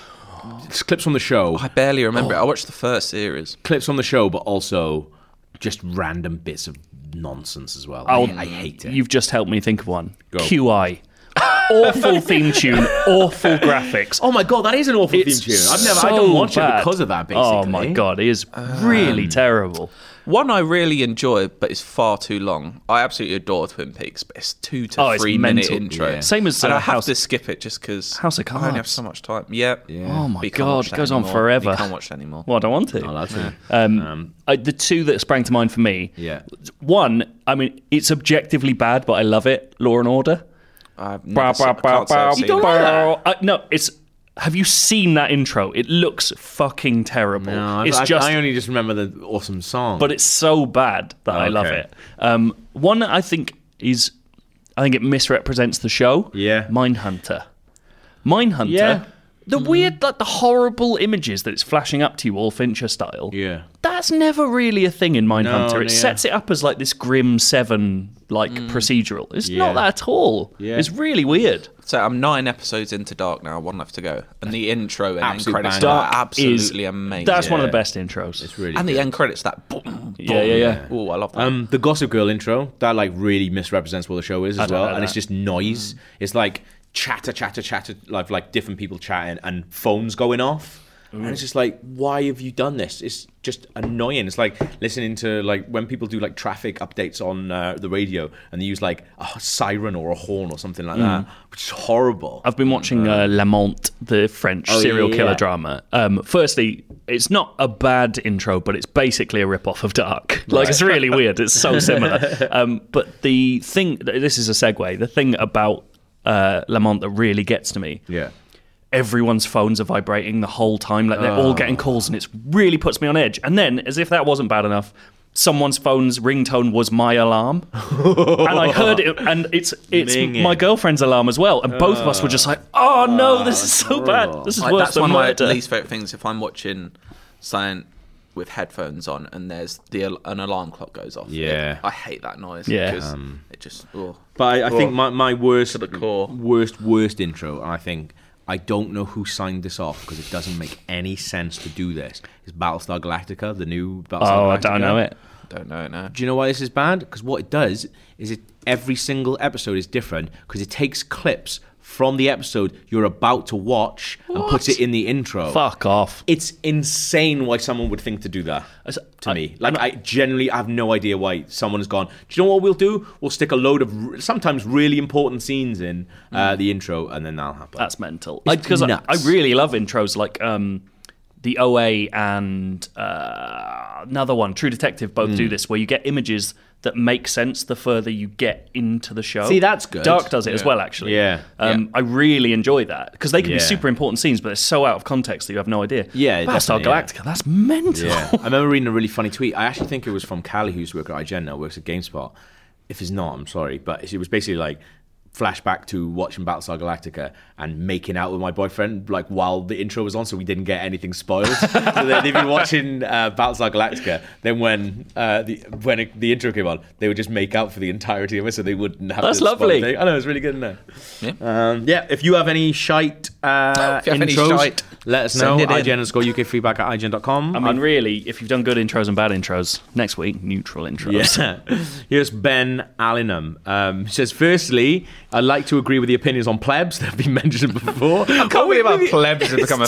A: it's clips from the show,
C: I barely
B: Oh.
C: remember it. I watched the first series.
A: clips from the show, but also just random bits of nonsense as well.
B: I'll-
A: I, I hate it.
B: You've just helped me think of one.
A: Go.
B: QI.
A: [laughs]
B: awful theme tune, awful graphics.
A: Oh my god, that is an awful
B: It's
A: theme tune. I've never, I
B: so
A: don't watch
B: bad.
A: it because of that. Basically, Um,
B: Oh my god, it is really terrible.
C: One I really enjoy, but it's far too long. I absolutely adore Twin Peaks, but it's two to
B: Oh, it's
C: three minute
B: mental.
C: intro.
B: Yeah. Same as,
C: and
B: uh,
C: I have
B: House-
C: to skip it just because
B: House of
C: I only have
B: Cards.
C: so much time. Yeah.
B: Oh my
C: You can't
B: god,
C: watch
B: it
C: that
B: goes on
C: anymore.
B: forever.
C: You can't watch that anymore.
B: Well, I don't want to.
A: Oh, that's it.
B: Um, I, the two that sprang to mind for me.
A: Yeah.
B: One, I mean, it's objectively bad, but I love it. Law and Order.
C: I've never
B: Bow,
C: se-
B: bow,
C: I
B: bow,
C: can't say I've
B: bow,
C: seen it.
B: bow. Uh, No, it's. Have you seen that intro? It looks fucking terrible.
A: No,
B: it's
A: I,
B: just
A: I only just remember the awesome song.
B: but it's so bad that I love
A: Okay.
B: it. Um, one that I think is, I think it misrepresents the show.
A: Yeah.
B: Mindhunter. Mindhunter.
A: Yeah.
B: The weird, like the horrible images that it's flashing up to you, all Fincher style.
A: yeah,
B: That's never really a thing in Mindhunter.
A: No, yeah. Mm.
B: it sets it up as like this grim seven like procedural. It's
A: Yeah.
B: not that at all.
A: Yeah.
B: It's really weird.
C: So I'm nine episodes into Dark now, one left to go. And the intro and
A: Absolute
C: end credits
A: banger.
C: are
A: Dark
C: absolutely
B: Is-
C: amazing.
B: That's one of the
A: Yeah.
B: best intros.
A: it's really.
C: And
A: good.
C: the end credits, that boom,
B: yeah, yeah, yeah.
C: Oh, I love that.
A: Um, the Gossip Girl intro that like really misrepresents what the show is as
B: don't
A: well,
B: know
A: and it's
B: that. Mm.
A: just noise. It's like chatter, chatter, chatter, like like different people chatting and phones going off, and it's just like, why have you done this? It's just annoying. It's like listening to like when people do like traffic updates on uh, the radio, and they use like a siren or a horn or something like that, which is horrible.
B: Mm. I've been watching uh, Lamont, the French serial
A: Oh, yeah,
B: killer
A: yeah.
B: drama. Um, firstly, it's not a bad intro, but it's basically a rip-off of Dark. [laughs] Like it's really weird. It's
A: [laughs]
B: so similar. Um, but the thing, this is a segue. The thing about uh, Lamont that really gets to me.
A: yeah,
B: Everyone's phones are vibrating the whole time. Like they're
C: Ah.
B: all getting calls, and it really puts me on edge. And then, as if that wasn't bad enough. Someone's phone's ringtone was my alarm, and I heard
C: [laughs]
B: it, and it's it's
A: Minging.
B: my girlfriend's alarm as well. And both of us were just like, "Oh no, this is so bad. This is
C: Ah, Like,
B: worse
C: that's
B: than
C: one
B: murder."
C: of my least favorite things. If I'm watching something with headphones on and there's the al- an alarm clock goes off,
A: Yeah.
C: it- I hate that noise.
B: Yeah.
C: because it just oh.
A: But I, I think my, my worst,
C: the core.
A: worst, worst intro, and I think I don't know who signed this off because it doesn't make any sense to do this. Is Battlestar Galactica the new Battlestar
B: oh, I
A: Galactica.
B: don't know it.
C: don't know it now.
A: Do you know why this is bad? Because what it does is it every single episode is different because it takes clips from the episode you're about to watch and puts it in the intro.
B: Fuck off.
A: It's insane why someone would think to do that to me. Like, I generally have no idea why someone has gone, do you know what we'll do? We'll stick a load of r- sometimes really important scenes in uh, the intro, and then that'll happen.
B: That's mental. Because I,
A: nuts.
B: I really love intros like um, the OA and uh, another one, True Detective, both
A: Hmm.
B: do this, where you get images that make sense the further you get into the show.
A: See, that's good.
B: Dark does it as well, actually.
A: Yeah.
B: Um, I really enjoy that because they can
A: Yeah.
B: be super important scenes, but they're so out of context that you have no idea.
A: Yeah,
B: Battlestar
A: definitely, yeah.
B: Galactica, that's
C: [laughs]
B: mental.
A: Yeah. I remember reading a really funny tweet. I actually think it was from Callie, who's working at IGN now, works at GameSpot. If it's not, I'm sorry, but it was basically like flashback to watching Battlestar Galactica and making out with my boyfriend like while the intro was on, so we didn't get anything
C: [laughs]
A: spoiled. so they, they've been watching uh, Battlestar Galactica. Then when uh, the when it, the intro came on, they would just make out for the entirety of it, so they wouldn't have.
B: That's
A: to spoil
B: lovely.
A: anything. I know it's really good. Isn't it? Um, yeah. If you have any shite uh,
C: If you have any
A: intros,
C: shite,
A: let us know.
C: send it in.
A: IGN underscore UK feedback at IGN.com.
B: [laughs] I mean, really, if you've done good intros and bad intros, next week, neutral intros.
A: [laughs] Yeah. Here's Ben Allenham. Um, he says, firstly, I'd like to agree with the opinions on plebs that have been [laughs] mentioned before. I
C: Can't believe how plebs have become a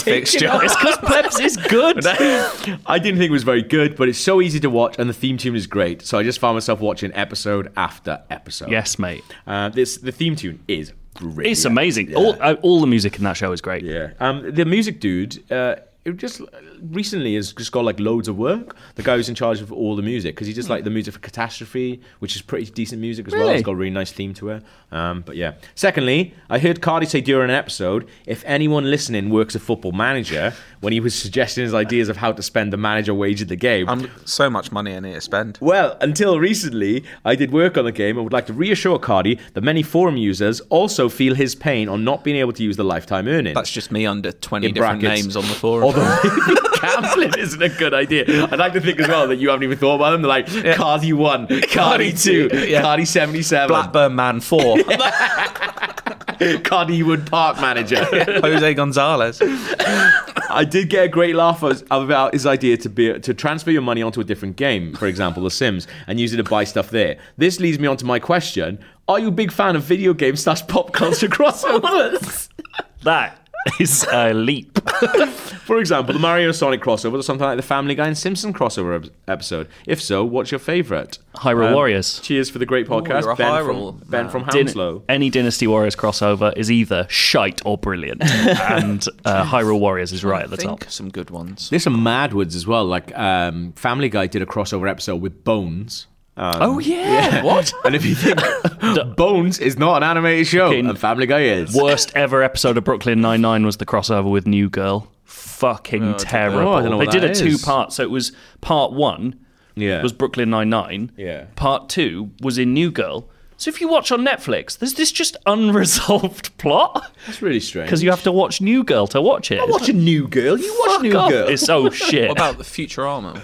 B: [laughs]
C: fixture.
A: [laughs]
B: It's because Plebs is good.
A: I didn't think it was very good, but it's so easy to watch, and the theme tune is great. So I just found myself watching episode after episode.
B: yes, mate.
A: Uh, this the theme tune is great.
B: It's amazing. All, uh, all the music in that show is great.
A: Yeah. Um, the music dude, uh, it just recently has just got like loads of work. The guy who's in charge of all the music because he just like the music for Catastrophe, which is pretty decent music as well.
B: Really?
A: It's got a really nice theme to it. Um, but yeah. Secondly, I heard Cardi say during an episode, if anyone listening works a football manager, when he was suggesting his ideas of how to spend the manager wage in the game,
C: I'm so much money I need to spend.
A: well, until recently, I did work on the game and would like to reassure Cardi that many forum users also feel his pain on not being able to use the lifetime earnings.
C: That's just me under 20
A: In
C: different
A: brackets.
C: names on the forum.
A: Although [laughs] maybe gambling isn't a good idea. I'd like to think as well that you haven't even thought about them. They're like Cardi one, Cardi two,
C: yeah.
A: Cardi seventy seven,
C: [laughs] Blackburn
B: [laughs]
C: Man 4,
A: Cardi Wood Park manager.
C: Jose Gonzalez.
A: [laughs] I did get a great laugh as- about his idea to be to transfer your money onto a different game, for example, The Sims, and use it to buy stuff there. This leads me on to my question: Are you a big fan of video games slash pop [laughs] culture crossovers?
B: That is a leap.
A: For example, the Mario Sonic crossover or something like the Family Guy and Simpson crossover ep- episode. If so, what's your favourite?
B: Hyrule Warriors.
A: Cheers for the great podcast,
C: you're a
A: Ben,
C: Hyrule
A: from, ben
C: man.
A: from
B: Din-
A: Hounslow.
B: any Dynasty Warriors crossover is either shite
A: [laughs]
B: or brilliant, and uh, Hyrule Warriors is right at the top.
C: Think some good ones.
A: There's some Madwoods as well. Like um, Family Guy did a crossover episode with Bones.
B: Oh yeah, [laughs] what?
A: And if you think Bones is not an animated show,
B: Fucking-
A: and Family Guy is.
B: Worst ever episode of Brooklyn Nine Nine was the crossover with New Girl. Fucking terrible.
A: Oh, I don't know
B: they
A: what
B: did
A: that
B: a
A: is.
B: two part, so it was part one
A: Yeah.
B: was Brooklyn Nine Nine.
A: Yeah.
B: Part two was in New Girl. So if you watch on Netflix, there's this just unresolved [laughs] plot
A: That's really strange.
B: because you have to watch New Girl to watch it.
A: watch a New Girl. You watch New Girl.
B: It's
A: [laughs]
B: so shit.
C: What about the Futurama?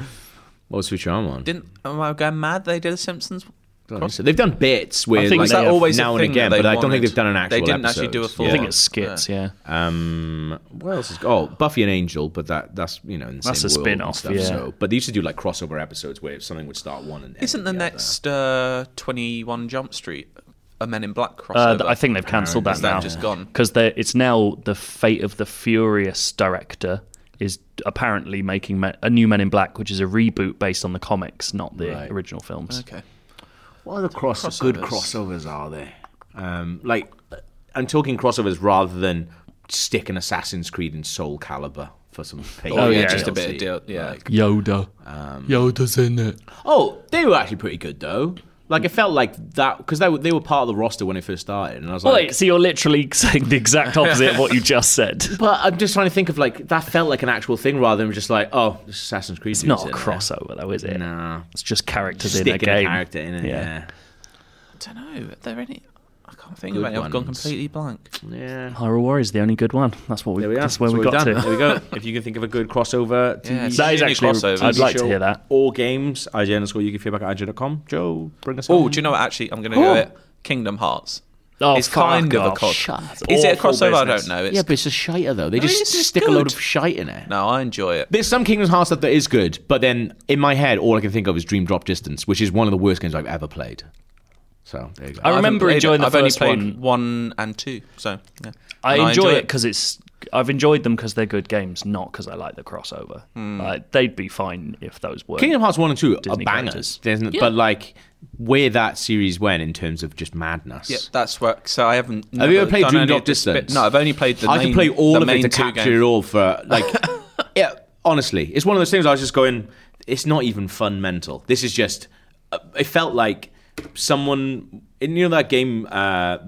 A: What was Futurama on?
C: Didn't am I going mad? They did the Simpsons.
A: Don't know. So they've done bits where
B: think
A: like,
B: they
A: that
B: have
A: always
C: a
A: now and
C: thing that
A: again,
C: they
A: but I don't think
C: wanted.
A: they've done an actual.
C: They didn't actually do a
A: episode.
C: full-
B: I think
C: Yeah.
B: it's skits, yeah.
A: Um, what else is oh Buffy and Angel, but that that's you know in the
B: That's
A: same
B: a
A: world and
B: spin-off,
A: stuff,
B: yeah.
A: So, but they used to do like crossover episodes where something would start one and end
C: Isn't the
A: other.
C: next uh, Twenty One Jump Street a Men in Black crossover?
B: Uh, th- I think they've cancelled that
C: Is that
B: now.
C: just gone?
B: Because it's now the fate of the Furious director is apparently making Me- a new Men in Black, which is a reboot based on the comics, not the
A: Right.
B: original films.
C: Okay.
A: What other cross good crossovers are there? Um, like, I'm talking crossovers rather than stick an Assassin's Creed and Soul Calibur for some pay.
C: Oh, yeah,
B: yeah,
C: just a bit
A: DLC.
C: of deal. Yeah.
F: Yoda. Yoda's in it.
A: Oh, they were actually pretty good though. Like, it felt like that because they were, they were part of the roster when it first started, and I was like.
B: Wait, so you're literally [laughs] saying the exact opposite of what you
A: [laughs]
B: just said.
A: but I'm just trying to think of like that felt like an actual thing rather than just like oh this Assassin's Creed. It's
B: Not a crossover, though, is it?
A: Nah,
B: It's just characters in a
A: sticking a
B: game.
A: character in it.
B: Yeah.
A: yeah.
C: I don't know. Are there any? I can't think
A: Good
C: of any. I've gone
A: ones.
C: completely blank.
A: Yeah.
B: Hyrule Warriors is the only good one. That's what we.
A: There we are.
B: that's where we
A: what
B: got
A: we've done.
B: to.
A: There we go. If you can think of a good
C: [laughs]
A: crossover TV
C: Yeah,
A: show,
B: That is
C: Any
B: actually.
C: crossovers.
B: I'd like to
A: show
B: hear that.
A: Or games, IGN underscore UK feedback at IGN.com. Joe, bring us
C: Oh,
A: home.
C: do you know what? Actually, I'm going to go it. Kingdom Hearts.
B: Oh,
C: it's kind
B: fuck
C: of a
B: off.
C: crossover. Is it a
A: Awful
C: crossover? I
A: business.
C: don't know. It's,
A: yeah, but it's a shiter though. They
C: it's
A: just
C: just
A: stick a load
C: good.
A: of shite in it.
C: No, I enjoy it.
A: There's some Kingdom Hearts stuff that is good, but then in my head, all I can think of is Dream Drop Distance, which is one of the worst games I've ever played. So there you go.
B: I remember
C: Played it.
B: enjoying the
C: I've
B: first
C: only played
B: one.
C: and two. So yeah.
B: I
C: And
B: enjoy it because it's. I've enjoyed them because they're good games, not because I like the crossover.
C: Hmm.
B: Like, they'd be fine if those were.
A: Kingdom Hearts one and two are
B: Disney
A: bangers,
B: characters.
A: There's n- but like where that series went in terms of just madness.
C: Yeah, that's where. So I haven't.
A: Have you
C: never
A: ever played
C: done
A: Dream
C: any
A: Drop
C: of this bit-
A: Distance?
C: No, I've only played the.
A: I
C: main,
A: could play all
C: the
A: of
C: main
A: it to
C: two
A: capture
C: games.
A: it all for
C: [laughs]
A: like. yeah, honestly, it's one of those things. I was just going. It's not even fun mental. This is just. Uh, it felt like someone. And you know that game. Uh,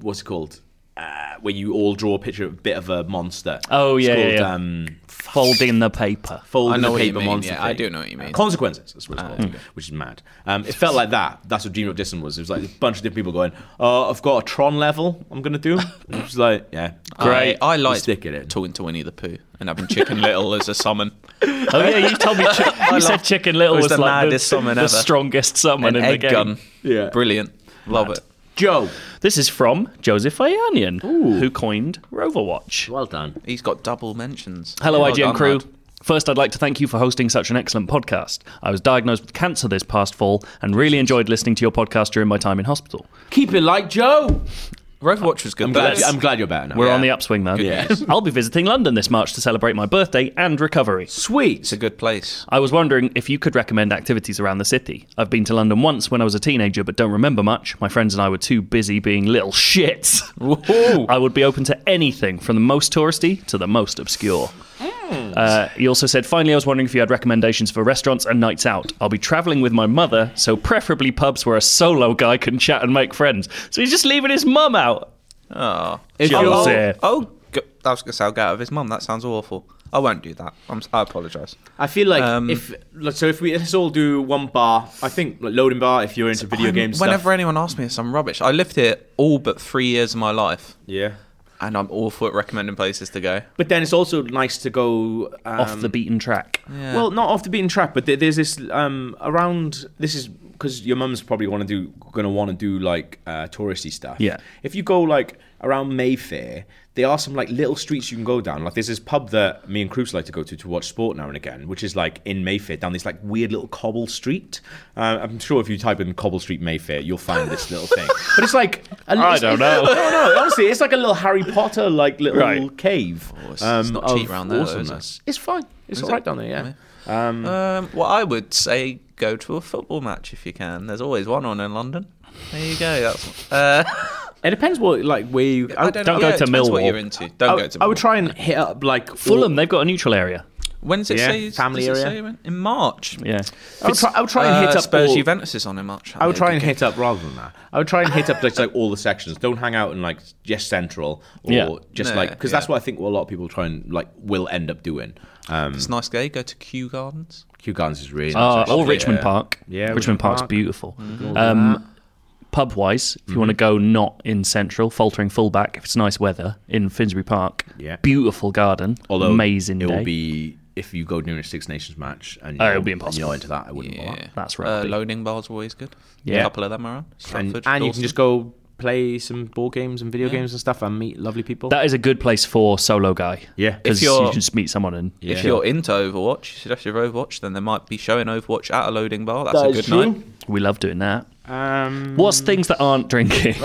A: what's it called? Uh, where you all draw a picture of a bit of a monster.
B: Oh,
A: It's
B: yeah, yeah,
A: called,
B: yeah.
A: Um,
B: folding the paper.
C: [laughs]
A: folding
C: I know
A: the
C: what you
A: paper
C: mean,
A: monster.
C: yeah, I
A: thing.
C: do know what you mean. Ah,
A: consequences, that's what it's called, which is mad. Um, it felt like that. That's what Dream of Distance was. It was like a bunch of different people going, "Oh, I've got a Tron level. I'm gonna do." [laughs] And it was like, yeah,
C: I, I
A: Just
C: like
A: stick it in.
C: talking to Winnie the Pooh and having Chicken Little as a summon.
B: Oh yeah, you
C: [laughs]
B: told me. Chi- you said Chicken Little
C: it was
B: was,
C: the
B: like
C: maddest summon
B: the
C: ever.
B: strongest summon
C: An
B: in the
C: egg
B: game.
C: gun.
A: Yeah.
C: Brilliant. Love it.
A: Joe.
B: This is from Joseph Ionian, who coined Roverwatch.
A: Well done.
C: He's got double mentions.
B: Hello,
C: Well
B: IGN
C: done,
B: crew.
C: lad.
B: First, I'd like to thank you for hosting such an excellent podcast. I was diagnosed with cancer this past fall and really enjoyed listening to your podcast during my time in hospital.
A: Keep it like Joe.
C: Roverwatch was good.
G: I'm
C: but
G: glad,
C: that's-
G: I'm glad you're better now.
B: We're
C: Yeah.
B: on the upswing, man.
G: Yeah.
B: [laughs] I'll be visiting London this March to celebrate my birthday and recovery.
G: Sweet.
C: it's a good place.
B: I was wondering if you could recommend activities around the city. I've been to London once when I was a teenager, but don't remember much. My friends and I were too busy being little shits. I would be open to anything, from the most touristy to the most obscure. Uh, he also said, finally, I was wondering if you had recommendations for restaurants and nights out. I'll be traveling with my mother, so preferably pubs where a solo guy can chat and make friends. So he's just leaving his mum out.
C: Oh,
B: Jealousy.
C: oh, oh, go- I was gonna say I'll get out of his mum. That sounds awful. I won't do that. I'm, si apologize.
A: I feel like
C: Um,
A: if like, so, if we let's all do one bar. I think like loading bar. If you're into video games,
C: Whenever anyone asks me, it's some rubbish. I lived here all but three years of my life,
A: yeah.
C: and I'm awful at recommending places to go.
A: But then it's also nice to go um,
B: Off the beaten track.
C: Yeah.
A: Well, not off the beaten track, but there- there's this um, around. This is because your mum's probably want to do going to want to do like uh, touristy stuff.
B: Yeah.
A: If you go like around Mayfair, there are some like little streets you can go down. Like there's this pub that me and Cruz like to go to to watch sport now and again, which is like in Mayfair down this like weird little cobble street. Uh, I'm sure if you type in cobble street Mayfair, you'll find this little
C: [laughs]
A: thing. But it's like a,
B: I don't
A: [laughs]
B: know.
A: No, no, honestly, it's like a little Harry Potter like little
B: Right.
A: cave.
C: Oh,
A: um,
C: it's- it's not cheap around there, though, is it?
A: awesomeness. It's fine. It's all
C: it?
A: right down there. Yeah.
C: Um, well, I would say go to a football match if you can. There's always one on in London. There you go. That's, uh,
A: It depends what like where you. I,
C: don't,
B: don't
C: know.
B: go
C: Yeah,
B: to
C: it depends What
B: Millwall.
C: you're into? Don't
A: I,
C: go to.
A: I would
C: Millwall.
A: try and hit up like
B: Fulham, they've got a neutral area.
C: When does it
A: Yeah,
C: say?
A: family
C: does it
A: area.
C: say when? in March.
B: Yeah.
A: I would try, I would try and hit
C: Uh,
A: up
C: Spurs
A: all-
C: Juventus is on in March.
A: I would try and
C: Okay.
A: hit up rather than that. I would try and hit up just like all the sections. Don't hang out in like just central or
B: Yeah.
A: just
C: No,
A: like because that's
C: yeah.
A: what I think a lot of people try and like will end up doing. Um,
C: It's a nice day. Go to Kew Gardens.
A: Kew Gardens is really
B: Uh,
A: nice.
B: or
A: actually.
B: Richmond
A: Yeah.
B: Park.
A: Yeah,
B: Richmond,
A: Richmond
B: Park's
A: Park.
B: beautiful.
G: Mm-hmm.
B: Um, pub wise, if you want to go not in central, faltering fullback, if it's nice weather in Finsbury Park,
G: Yeah.
B: beautiful garden,
G: Although
B: amazing
G: it
B: day.
G: will be if you go near a Six Nations match and
B: Oh,
G: you're,
B: it'll
G: You're
B: be impossible.
G: into that. I wouldn't want that.
B: That's
C: Uh,
B: rugby.
C: loading bars are always good.
B: Yeah.
C: A couple of them are on.
A: And,
C: Stratford,
A: and you
C: Dawson.
A: can just go play some board games and video games and stuff and meet lovely people.
B: that is a good place for solo guy.
G: Yeah.
B: because
C: If you're-
B: you can just meet someone and
C: If you're into Overwatch, you should have your Overwatch, then they might be showing Overwatch at a loading bar. That's a good night.
B: we love doing that.
A: Um,
B: What's things that
G: [laughs]
B: aren't drinking?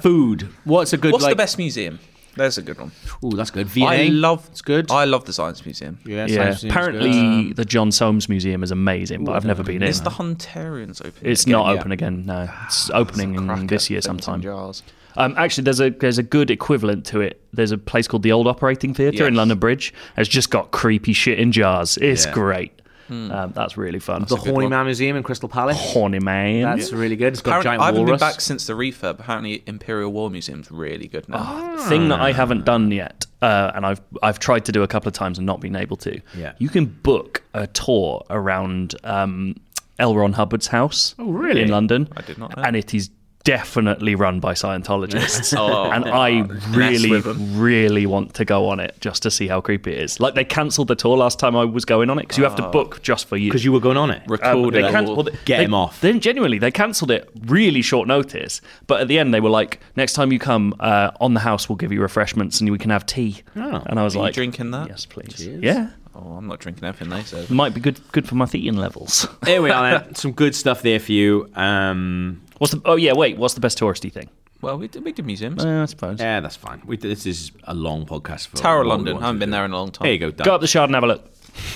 B: Food.
A: what's a good
C: What's
A: like?
C: the best museum? There's a good one.
A: Oh, that's good. V&A.
C: I love.
A: It's good.
C: I love the Science Museum.
G: Yeah,
B: Yeah,
G: sounds- seems good.
B: apparently the John Soames Museum is amazing, but I've never been in.
C: Is the Hunterians open?
B: It's
C: again?
B: not
G: yeah.
B: open again. No, it's opening
C: Crack
B: this
C: at
B: year
C: things in
B: sometime.
C: Jars.
B: Um, actually, there's a there's a good equivalent to it. There's a place called the Old Operating Theatre in
C: Yes.
B: London Bridge. It's just got creepy shit in jars. It's
G: Yeah.
B: great. Um, that's really fun.
A: the
B: The
A: Horny Man Museum in Crystal Palace.
B: horny man.
A: That's really good. It's got a
C: Apparently,
A: giant
C: I haven't
A: walrus.
C: been back since the refurb. Apparently, Imperial War Museum's really good now.
B: thing
C: Ah.
B: that I haven't done yet, uh, and I've I've tried to do a couple of times and not been able to.
G: Yeah.
B: You can book a tour around um, L. Ron Hubbard's house. Oh,
A: really?
B: In London. I
C: did not know.
B: And it is definitely run
C: [laughs]
B: by Scientologists.
C: Oh.
B: and I really, really want to go on it just to see how creepy it is. Like they cancelled the tour last time I was going on it because you have
C: Ah.
B: to book just for you.
A: because you were going on it.
C: [laughs]
B: Um,
C: Record
B: they
C: it.
B: can-
C: all.
B: well, they-
G: Get
B: they-
G: him off.
B: Then genuinely, they cancelled it really short notice. But at the end, they were like, "Next time you come uh, on the house, we'll give you refreshments and we can have tea."
G: Oh.
B: and I was
C: Are you
B: like,
C: drinking that?
B: Yes, Mm. please. Yeah,
C: Oh, I'm not drinking everything they say.
B: might be good good for my thetan levels." [laughs]
G: There we are. Then. [laughs] Some good stuff there for you. Um,
B: what's the? Oh yeah, wait. What's the best touristy thing?
C: Well, we did, we did museums.
B: Uh, I suppose.
G: yeah, that's fine. We, this is a long podcast for
C: Tower of
G: what we
C: London.
G: want
C: I
G: to
C: haven't been
G: do.
C: there in a long time.
G: There you go. Done.
B: Go up the shard and have a look.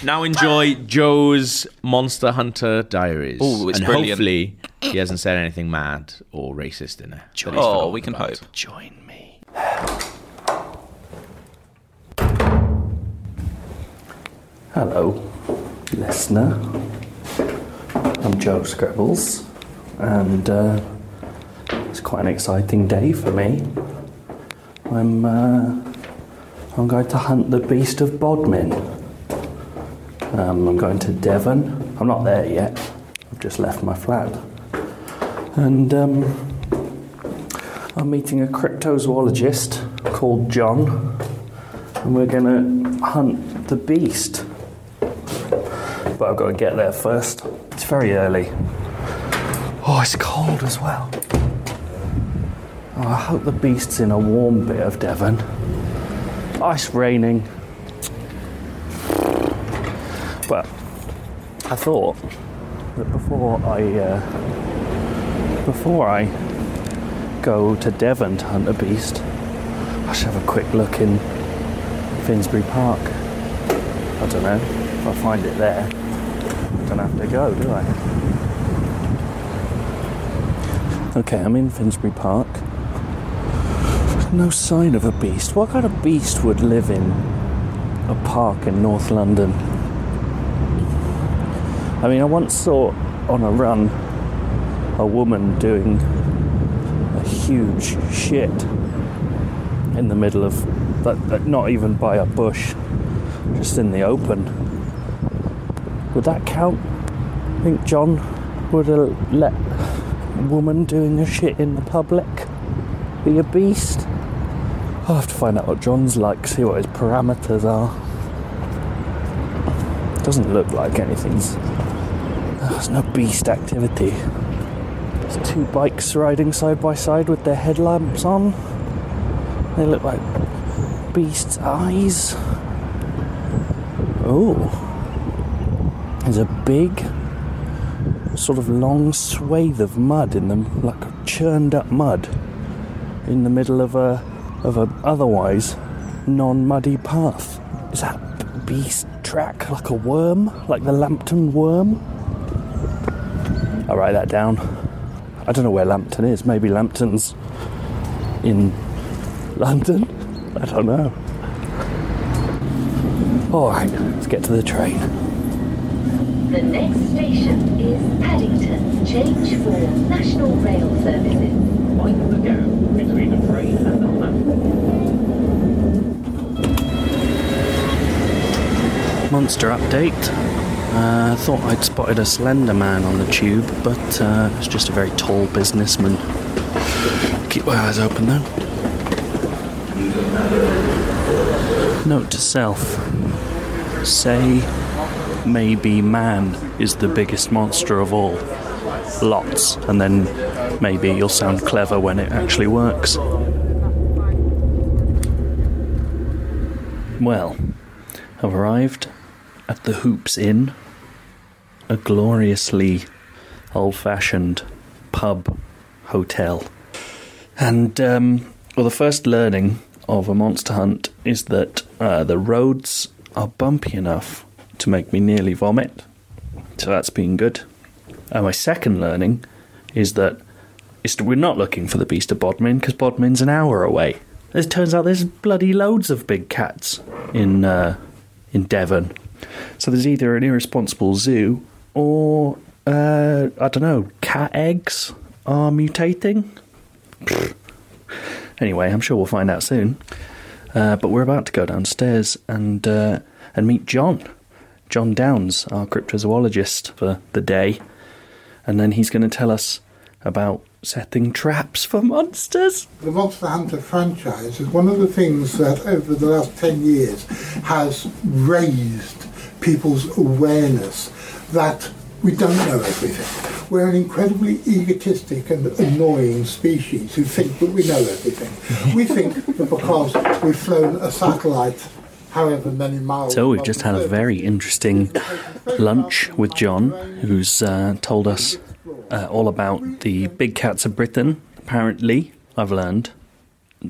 G: Now enjoy Joe's Monster Hunter Diaries.
C: Ooh, it's
G: and
C: brilliant.
G: hopefully he hasn't said anything mad or racist in there.
B: Joe.
G: That he's
C: Oh,
G: forgotten
C: we can
G: about.
C: hope.
B: Join me.
H: Hello, listener. I'm Joe Scribbles, and uh, it's quite an exciting day for me. I'm uh, I'm going to hunt the beast of Bodmin. Um, I'm going to Devon. I'm not there yet. I've just left my flat, and um, I'm meeting a cryptozoologist called John, and we're going to hunt the beast but I've got to get there first. It's very early. Oh, it's cold as well. Oh, I hope the beast's in a warm bit of Devon. Oh, it's raining. But I thought that before I uh, before I
I: go to Devon to hunt a beast, I should have a quick look in Finsbury Park. I don't know. If I find it there, I don't have to go, do I? Okay, I'm in Finsbury Park. No sign of a beast. What kind of beast would live in a park in North London? I mean, I once saw on a run a woman doing a huge shit in the middle of, but, but not even by a bush, just in the open. Would that count? I think John would have let a woman doing a shit in the public be a beast. I'll have to find out what John's like, see what his parameters are. Doesn't look like anything's. There's no beast activity. There's two bikes riding side by side with their headlamps on. They look like beast's eyes. Oh. There's a big, sort of long swathe of mud in them, like churned up mud, in the middle of a of an otherwise non-muddy path. Is that b- beast track like a worm, like the Lambton worm? I'll write that down. I don't know where Lambton is. Maybe Lambton's in London. [laughs] I don't know. All right, let's get to the train.
B: The next station is Paddington. Change for National Rail Services. Mind the gap between the train and the platform.
I: Monster update. Uh, I thought I'd spotted a slender man on the tube, but uh, it's just a very tall businessman. Keep my eyes open though. Note to self say maybe man is the biggest monster of all. Lots, and then maybe you'll sound clever when it actually works. Well, have arrived at the Hoops Inn, a gloriously old fashioned pub hotel. And, um, well, the first learning of a monster hunt is that uh, the roads are bumpy enough to make me nearly vomit. So that's been good. And my second learning is that it's, we're not looking for the beast of Bodmin because Bodmin's an hour away. It turns out there's bloody loads of big cats in uh, in Devon. So there's either an irresponsible zoo or uh, I don't know, cat eggs are mutating. Pfft. anyway, I'm sure we'll find out soon. Uh, but we're about to go downstairs and uh, and meet John, John Downs, our cryptozoologist for the day and then he's going to tell us about setting traps for monsters.
J: The Monster Hunter franchise is one of the things that over the last 10 years has raised people's awareness that we don't know everything. We're an incredibly egotistic and annoying species who think that we know everything. We think that because we've flown a satellite however many miles.
I: So we've
J: above
I: just
J: the
I: had a
J: surface,
I: very interesting lunch with John, who's uh, told us uh, all about the big cats of Britain. Apparently, I've learned.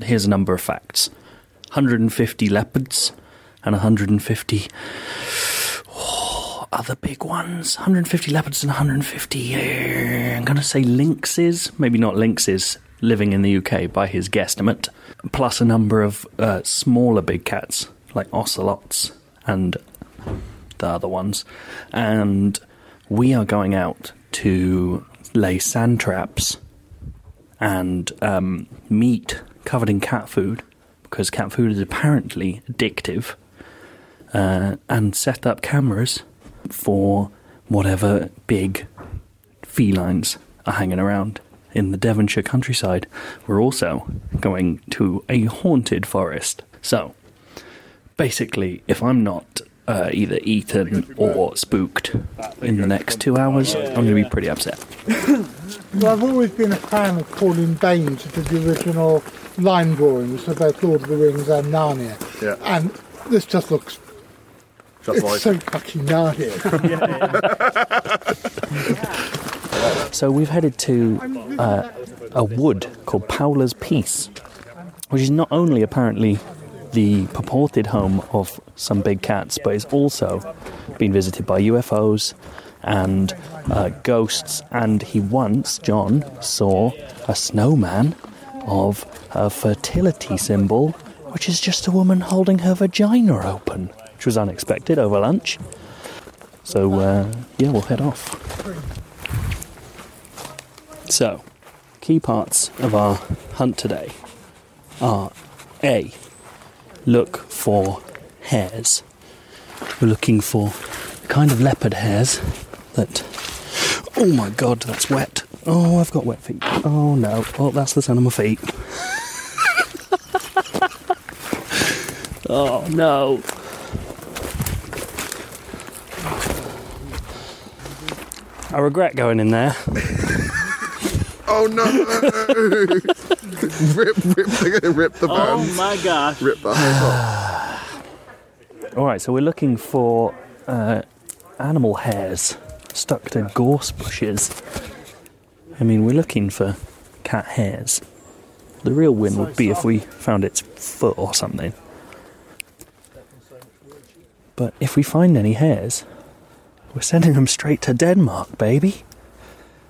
I: Here's a number of facts: 150 leopards and 150 oh, other big ones. 150 leopards and 150. uh, I'm going to say lynxes, maybe not lynxes. Living in the UK by his guesstimate, plus a number of uh, smaller big cats like ocelots and the other ones. And we are going out to lay sand traps and um, meat covered in cat food because cat food is apparently addictive uh, and set up cameras for whatever big felines are hanging around in the Devonshire countryside. We're also going to a haunted forest. So, basically, if I'm not uh, either eaten or spooked in the next two hours, I'm going to be pretty upset.
J: Well, I've always been a fan of Pauline Baines, who did the original line drawings for both Lord of the Rings and Narnia.
K: Yeah.
J: And this just looks.
K: Just
J: it's
K: like
J: so
K: [laughs]
J: fucking Narnia.
I: So we've headed to uh, a wood called Paula's Peace, which is not only apparently the purported home of some big cats, but is also been visited by UFOs and uh, ghosts. And he once, John, saw a snowman of a fertility symbol, which is just a woman holding her vagina open, which was unexpected over lunch. So, uh, yeah, we'll head off. So, key parts of our hunt today are A, look for hares. We're looking for the kind of leopard hares that. Oh my god, that's wet. Oh, I've got wet feet. Oh no. Oh, that's the sound of my feet. oh no. I regret going in there.
B: Oh no! rip, rip, they're gonna rip the band.
I: my [laughs] gosh.
B: Rip the whole
I: All right, so we're looking for uh, animal hairs stuck to gorse bushes. I mean, we're looking for cat hairs. The real win would be if we found its foot or something. But if we find any hairs, we're sending them straight to Denmark, baby.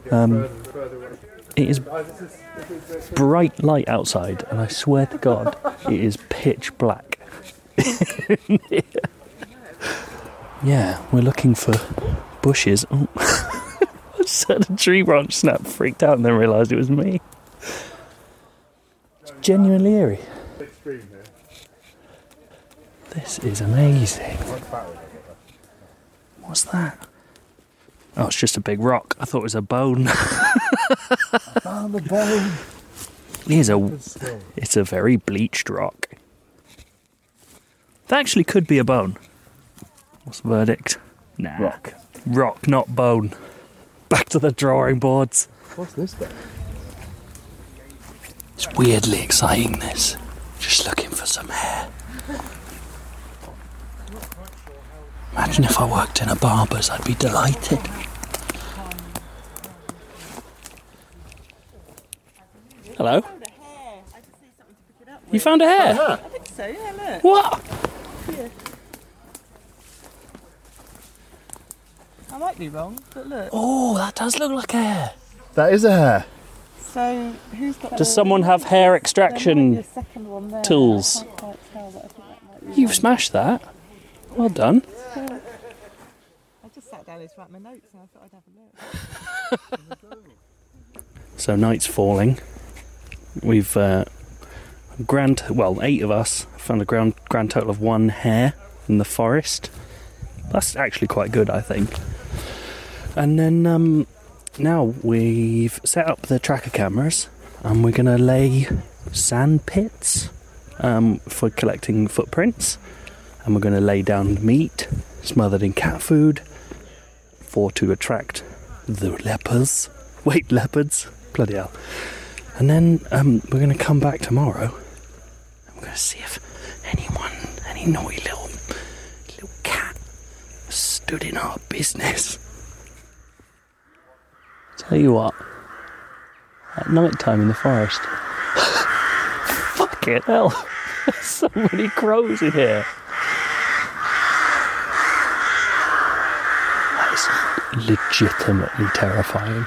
I: Um, it is bright light outside, and I swear to God, it is pitch black. yeah, we're looking for bushes. Oh. I just heard a tree branch snap, freaked out, and then realised it was me. It's genuinely eerie. This is amazing. What's that? Oh, it's just a big rock. I thought it was a bone.
L: Found the bone.
I: It is a, it's a very bleached rock. That actually could be a bone. What's the verdict? Nah. Rock. Rock, not bone. Back to the drawing boards.
B: What's this then?
I: It's weirdly exciting, this. Just looking for some hair. Imagine if I worked in a barber's, I'd be delighted. Hello? You found a hair?
J: I think so, yeah, look.
I: What?
J: Yeah. I might be wrong, but look.
I: Oh, that does look like a hair.
B: That is a hair.
J: So, who's got
I: Does someone have hair extraction tools? You've smashed that. Well done.
J: I just sat down here to write my notes and I thought I'd have a look.
I: So night's falling. We've uh, grand well eight of us found a grand grand total of one hare in the forest. That's actually quite good, I think. And then um, now we've set up the tracker cameras, and we're gonna lay sand pits um, for collecting footprints, and we're gonna lay down meat smothered in cat food for to attract the leopards. Wait, leopards? Bloody hell. And then um, we're going to come back tomorrow. I'm going to see if anyone, any naughty little little cat, stood in our business. Tell you what, at night time in the forest, fuck it, hell, [laughs] there's so many crows in here. That is legitimately terrifying.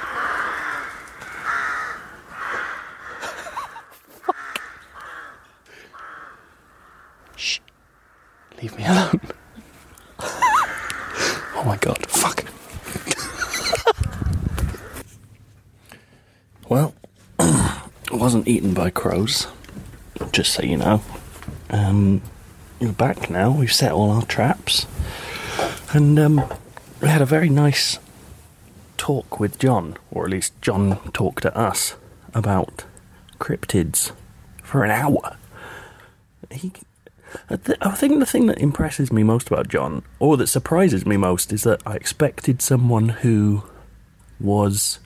I: Leave me alone. oh my god, fuck. well, I wasn't eaten by crows, just so you know. Um, we're back now, we've set all our traps. And um, we had a very nice talk with John, or at least John talked to us about cryptids for an hour. He I, th- I think the thing that impresses me most about John, or that surprises me most, is that I expected someone who was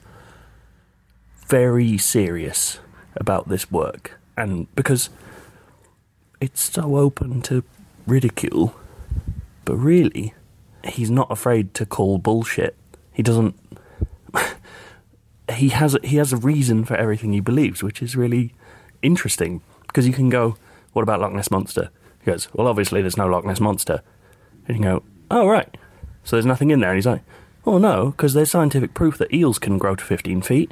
I: very serious about this work, and because it's so open to ridicule, but really, he's not afraid to call bullshit. He doesn't.
B: he has he has a reason for everything he believes, which is really interesting because you can go, "What about Loch Ness monster?" He goes, "Well, obviously there's no Loch Ness monster," and you go, "Oh right, so there's nothing in there." And he's like, "Well, no, because there's scientific proof that eels can grow to 15 feet,"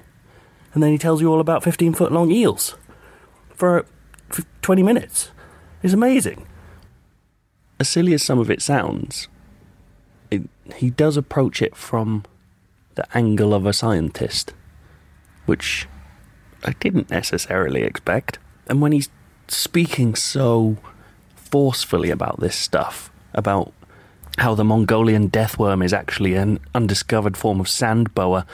B: and then he tells you all about 15 foot long eels for, for 20 minutes. It's amazing. As silly as some of it sounds, it, he does approach it from the angle of a scientist, which I didn't necessarily expect. And when he's speaking so forcefully about this stuff, about how the Mongolian death worm is actually an undiscovered form of sand boa,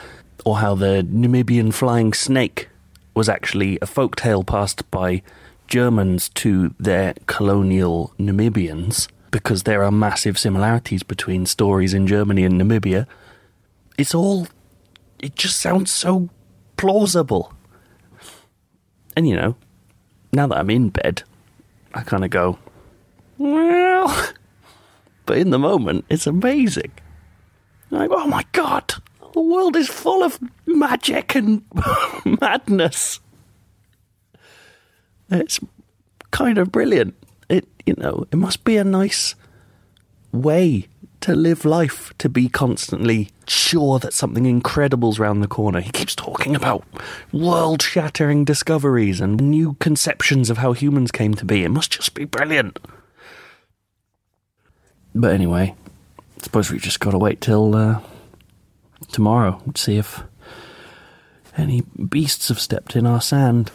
B: or how the Namibian flying snake was actually a folktale passed by Germans to their colonial Namibians, because there are massive similarities between stories in Germany and Namibia. It's all. It just sounds so plausible. And you know, now that I'm in bed, I kind of go, well. [laughs] But in the moment, it's amazing. Like, oh my god, the world is full of magic and [laughs] madness. It's kind of brilliant. It, you know, it must be a nice way to live life to be constantly sure that something incredible's round the corner. He keeps talking about world shattering discoveries and new conceptions of how humans came to be. It must just be brilliant. But anyway, suppose we've just got to wait till uh, tomorrow and see if any beasts have stepped in our sand.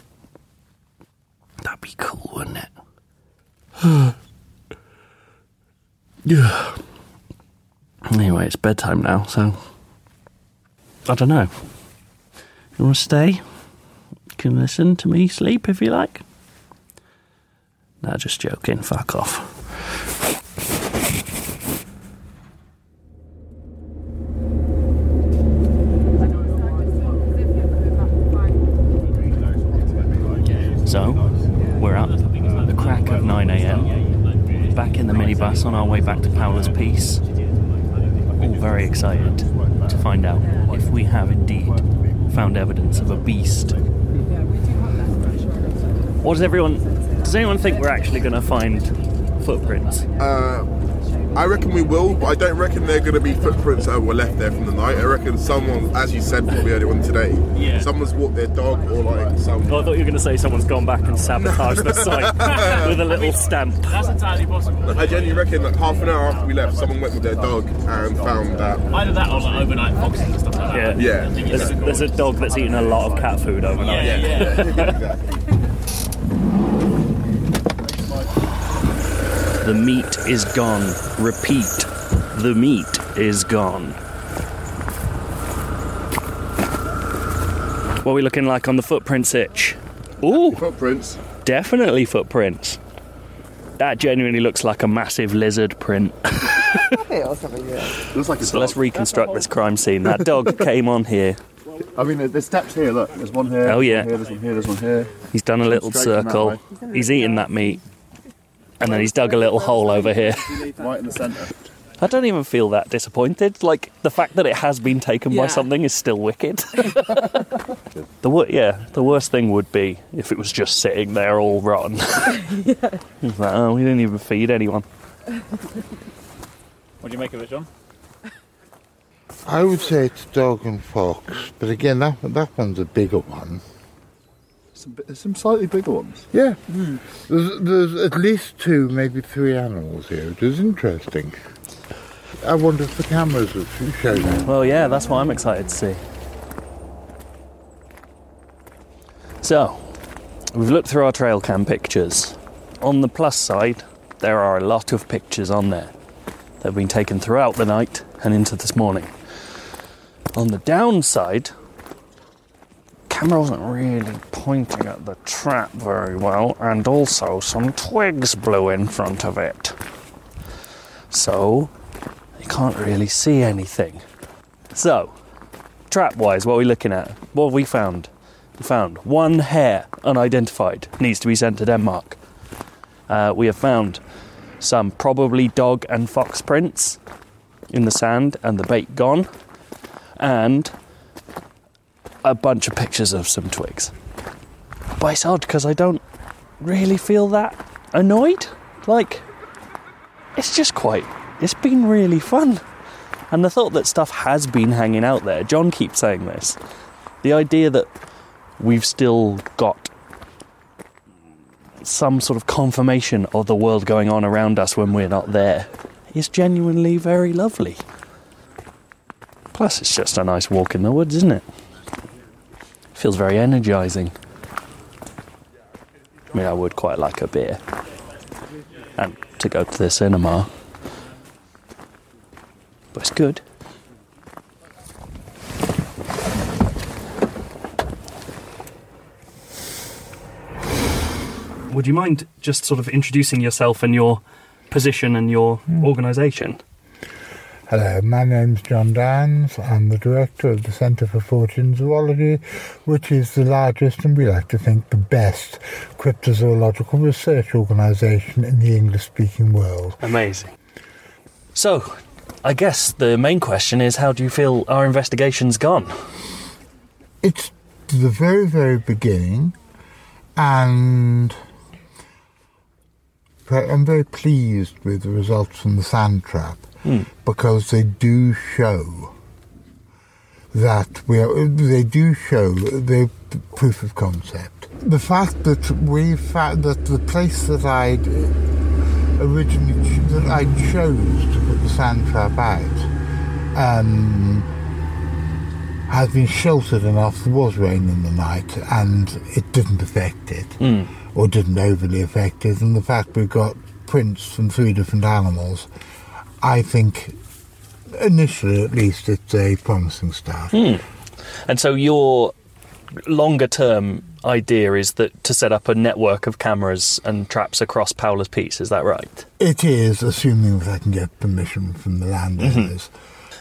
B: That'd be cool, wouldn't it? Yeah. Anyway, it's bedtime now, so I don't know. You want to stay? You can listen to me sleep if you like. No, just joking. Fuck off. So, we're up the crack of 9 a.m. Back in the minibus on our way back to Powell's Piece. All very excited to find out if we have indeed found evidence of a beast. What does everyone? Does anyone think we're actually going to find footprints?
D: Uh, I reckon we will, but I don't reckon they're going to be footprints that were left there from the night. I reckon someone, as you said, probably only one today.
I: Yeah.
D: Someone's walked their dog or like some.
B: Oh,
I: Well, I thought you were going to say someone's gone back and sabotaged the site with a little stamp. That's entirely possible.
D: I genuinely reckon that half an hour after we left, someone went with their dog and found that.
I: Either that or like overnight foxes and stuff like that.
D: Yeah.
I: There's, there's a dog that's eaten a lot of cat food overnight.
D: Yeah,
B: The meat is gone. Repeat. The meat is gone.
I: What are we looking like on the footprints itch? Ooh!
D: Footprints.
I: Definitely footprints.
B: That genuinely looks like a massive lizard
I: [laughs]
B: print.
M: or something. Yeah.
N: Looks like
I: So let's reconstruct this crime scene.
N: [laughs]
I: That dog came on here.
N: I mean, there- there's steps here. Look, there's one here.
I: Oh,
N: one
I: yeah.
N: here, there's one here. There's one here.
I: He's done a little
N: Straight from that
I: circle.
N: way.
I: He's eaten that meat. And then he's dug a little hole over here.
N: Right in the centre.
I: I don't even feel that disappointed. Like the fact that it has been taken by
N: Yeah.
I: something is still wicked. [laughs] the wor- yeah, the worst thing would be if it was just sitting there all rotten. [laughs] It's like, oh, we didn't even feed anyone.
O: What do you make of it, John?
J: I would say it's dog and fox, but again, that that one's a bigger one.
N: Some, bi- some slightly bigger ones. Hmm.
J: Yeah, there's, there's at least two, maybe three animals here, which is interesting. I wonder if the cameras would show that.
I: Well, yeah, that's what I'm excited to see. So, we've looked through our trail cam pictures. On the plus side, there are a lot of pictures on there. They've been taken throughout the night and into this morning. On the downside, camera wasn't really pointing at the trap very well, and also some twigs blew in front of it. So, you can't really see anything. So, trap wise, what are we looking at? What have we found? We found one hair unidentified, needs to be sent to Denmark. Uh, we have found some probably dog and fox prints in the sand and the bait gone, and a bunch of pictures of some twigs. But it's odd because I don't really feel that annoyed. Like, it's just quite, it's been really fun. And the thought that stuff has been hanging out there, John keeps saying this. The idea that we've still got some sort of confirmation of the world going on around us when we're not there is genuinely very lovely. Plus, it's just a nice walk in the woods, isn't it? Feels very energizing. I mean, I would quite like a beer and to go to the cinema, but it's good.
P: Would you mind just sort of introducing yourself and your position and your organisation?
J: Hello, my name's John Dines. I'm the director of the Centre for Fortune Zoology, which is the largest and we like to think the best cryptozoological research organisation in the English speaking world.
I: Amazing. So, I guess the main question is how do you feel our investigation's gone?
J: It's the very, very beginning, and I'm very pleased with the results from the sand trap. because they do show that we are, they do show the proof of concept. The fact that we found that the place that I originally ch- that I chose to put the sand trap out um, has been sheltered enough. There was rain in the night, and it didn't affect it or didn't overly affect it. And the fact we've got prints from three different animals, I think, initially at least, it's a promising start.
I: Hmm. And so your longer term idea is that to set up a network of cameras and traps across Paula's Peaks, is that right?
J: It is, assuming that I can get permission from the landowners.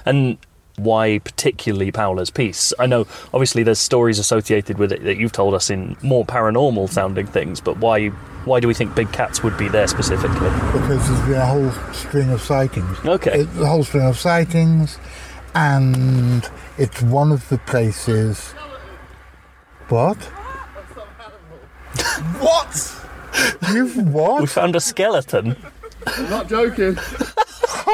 I: And why particularly Paula's Peaks? I know obviously there's stories associated with it that you've told us in more paranormal sounding things, but why why do we think big cats would be there specifically?
J: because there's been a whole string of sightings.
I: Okay.
J: It, the whole string of sightings, and it's one of the places. What?
Q: What?
J: You've what?
I: We found a skeleton.
Q: I'm not joking.
I: [laughs]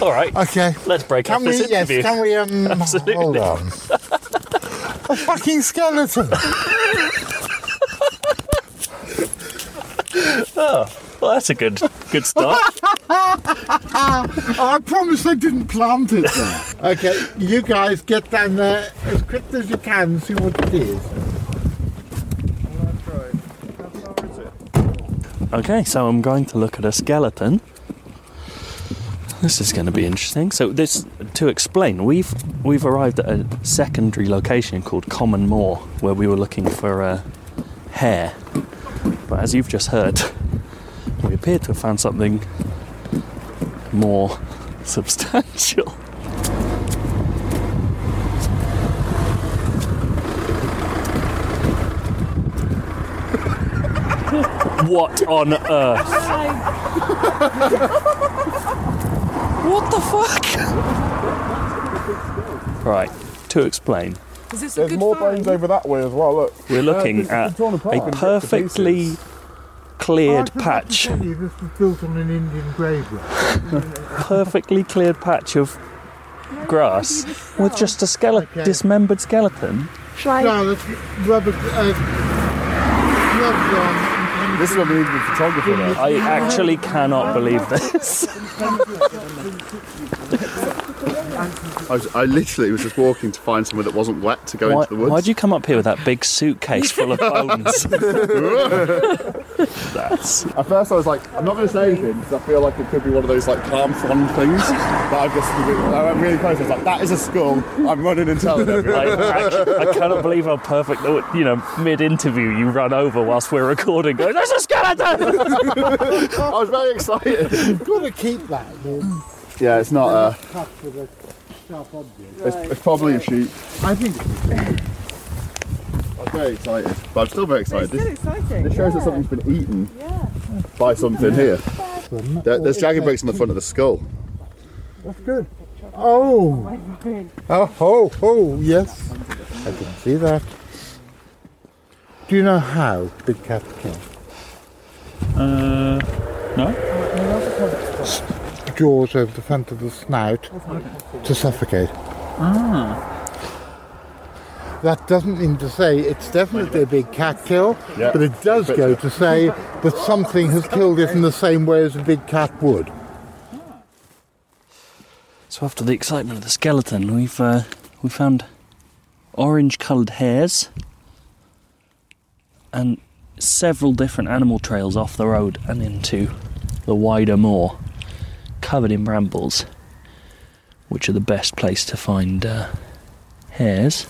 I: All right.
J: Okay.
I: Let's break
J: Can
I: up this
J: we? Yes.
I: interview.
J: Can we? Um,
I: [laughs]
J: Hold on. a fucking skeleton.
I: Oh, well, that's a good good
J: [laughs]
I: start.
J: I promise I didn't plant it
Q: [laughs]
J: there. okay, you guys get down there as quick as you can and see what it is.
I: Okay, so I'm going to look at a skeleton. This is going to be interesting. So this to explain, we've we've arrived at a secondary location called Common Moor where we were looking for uh, hair. But as you've just heard, we appear to have found something more [laughs] substantial. what on earth? what the fuck? Right, to explain,
Q: There's more bones over that way as well. Look.
I: we're looking
Q: Uh,
I: at
Q: torn apart.
I: a perfectly cleared patch,
J: This was built on an Indian graveyard.
I: perfectly cleared patch of grass with just a skeleton,
J: Okay.
I: dismembered skeleton.
J: No, that's rubber. Uh,
Q: This is what we need the photographer. Though.
I: I actually cannot believe this.
Q: I, was, I literally was just walking to find somewhere that wasn't wet to go
I: Why,
Q: into the woods.
I: why'd you come up here with that big suitcase full of bones?
Q: At first, I was like, I'm not going to say anything because I feel like it could be one of those like calm fun things. But I just, I went really close. I was like, that is a skull. I'm running and telling
I: I,
Q: everyone.
I: I, I cannot believe how perfect, the- you know, mid-interview you run over whilst we're recording. Going, there's a skeleton.
Q: I was very excited.
J: You've got to keep that. man.
Q: Yeah, it's not. Uh,
J: Cut with a sharp object.
Q: it's, it's probably a sheep.
J: I think it's
Q: I'm very excited, but I'm still very excited.
R: It's still
Q: This,
R: exciting.
Q: this shows
R: yeah.
Q: that something's been eaten by something here. There, there's dragon breaks on the front of the skull.
J: That's good. Oh. Oh, oh, oh, yes. I didn't see that. Do you know how Big Cat came?
I: Uh, no.
J: Jaws over the front of the snout to suffocate.
I: Ah.
J: That doesn't mean to say it's definitely a big cat kill,
Q: Yeah.
J: but it does go to say that something has killed it in the same way as a big cat would.
I: So after the excitement of the skeleton, we've uh, we found orange-coloured hairs and several different animal trails off the road and into the wider moor, covered in brambles, which are the best place to find uh, hares.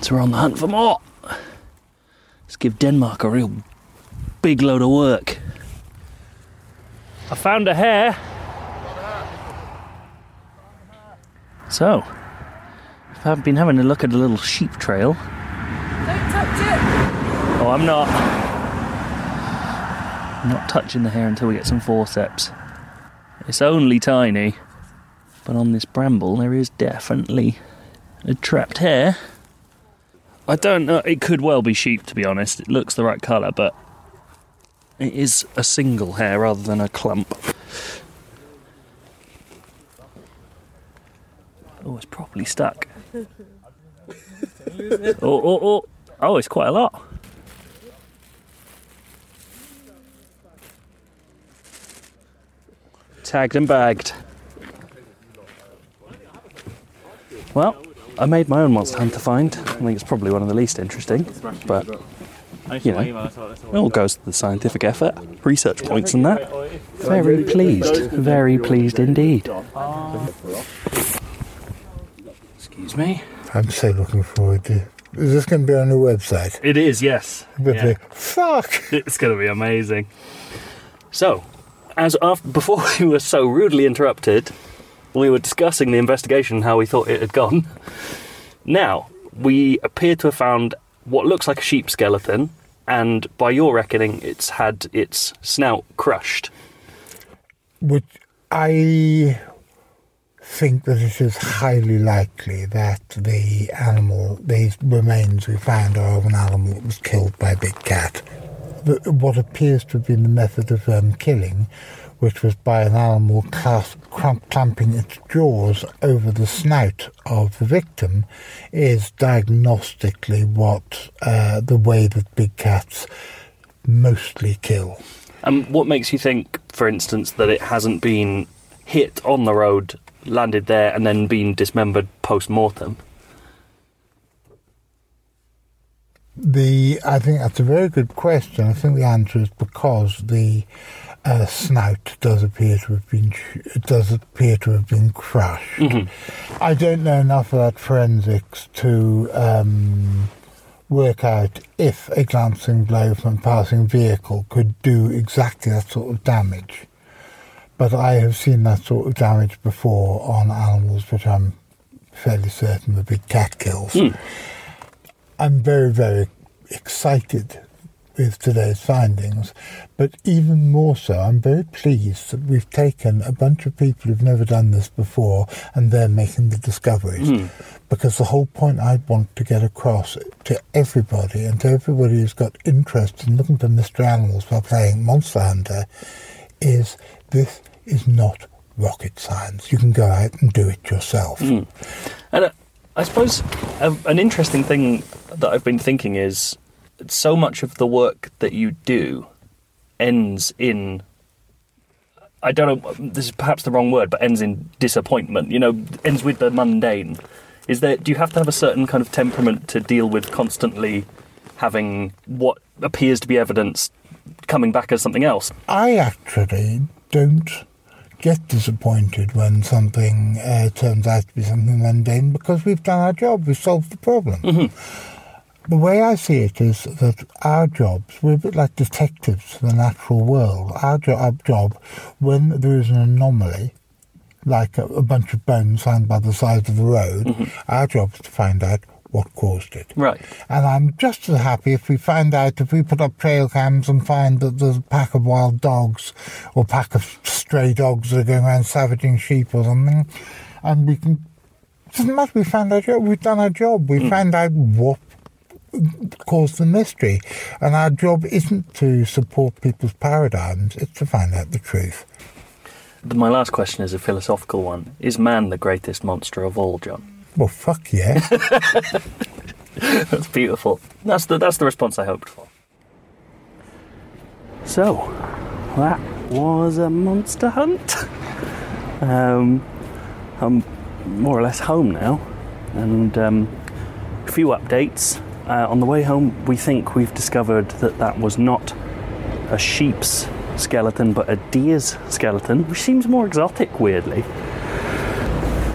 I: So we're on the hunt for more. Let's give Denmark a real big load of work. I found a hare. So, I've been having a look at a little sheep trail. Oh, I'm not. I'm not touching the hair until we get some forceps. It's only tiny, but on this bramble there is definitely a trapped hare. I don't know. It could well be sheep, to be honest. It looks the right colour, but it is a single hair rather than a clump. Oh, it's properly stuck. Oh, oh, oh. Oh, it's quite a lot. Tagged and bagged. Well, I made my own monster hunt to find. I think it's probably one of the least interesting, but you know, it all goes to the scientific effort, research points, and that. Very pleased, very pleased indeed. Excuse me.
J: I'm so looking forward to Is this going to be on the website?
P: It is, yes.
J: But the-
P: Fuck! It's going to be amazing.
I: So, as after, [laughs] before we were so rudely interrupted, we were discussing the investigation and how we thought it had gone. Now, we appear to have found what looks like a sheep skeleton, and by your reckoning, it's had its snout crushed.
J: Which I think that it is highly likely that the animal, these remains we found are of an animal that was killed by a big cat. The- What appears to have been the method of um, killing, which was by an animal clasp, cramp, clamping its jaws over the snout of the victim, is diagnostically what uh, the way that big cats mostly kill.
I: And Um, what makes you think, for instance, that it hasn't been hit on the road, landed there, and then been dismembered post mortem?
J: The I think that's a very good question. I think the answer is because the uh, snout does appear to have been it does appear to have been crushed. I don't know enough about forensics to um, work out if a glancing blow from a passing vehicle could do exactly that sort of damage. But I have seen that sort of damage before on animals, which I'm fairly certain the big cat kills. I'm very, very excited with today's findings, but even more so, I'm very pleased that we've taken a bunch of people who've never done this before and they're making the discoveries. Because the whole point I want to get across to everybody and to everybody who's got interest in looking for Mr. Animals while playing Monster Hunter is this is not rocket science. You can go out and do it yourself.
I: Mm. And uh, I suppose a, an interesting thing that I've been thinking is so much of the work that you do ends in. I don't know, um, this is perhaps the wrong word, but ends in disappointment, you know, ends with the mundane. Is there, do you have to have a certain kind of temperament to deal with constantly having what appears to be evidence coming back as something else?
J: I actually don't get disappointed when something uh, turns out to be something mundane because we've done our job, we've solved the problem. The way I see it is that our jobs, we're a bit like detectives to the natural world. Our, jo- our job, when there is an anomaly, like a, a bunch of bones found by the side of the road, our job is to find out what caused it.
I: Right.
J: And I'm just as happy if we find out if we put up trail cams and find that there's a pack of wild dogs or pack of stray dogs that are going around savaging sheep or something, and we can doesn't matter. We found our job. We've done our job. We found out what caused the mystery, and our job isn't to support people's paradigms. It's to find out the truth.
I: My last question is a philosophical one. Is man the greatest monster of all, John?
J: Well, fuck yeah.
I: That's beautiful. That's the that's the response I hoped for. So, that was a monster hunt. Um, I'm more or less home now, and um, a few updates. Uh, on the way home, we think we've discovered that that was not a sheep's skeleton, but a deer's skeleton, which seems more exotic, weirdly.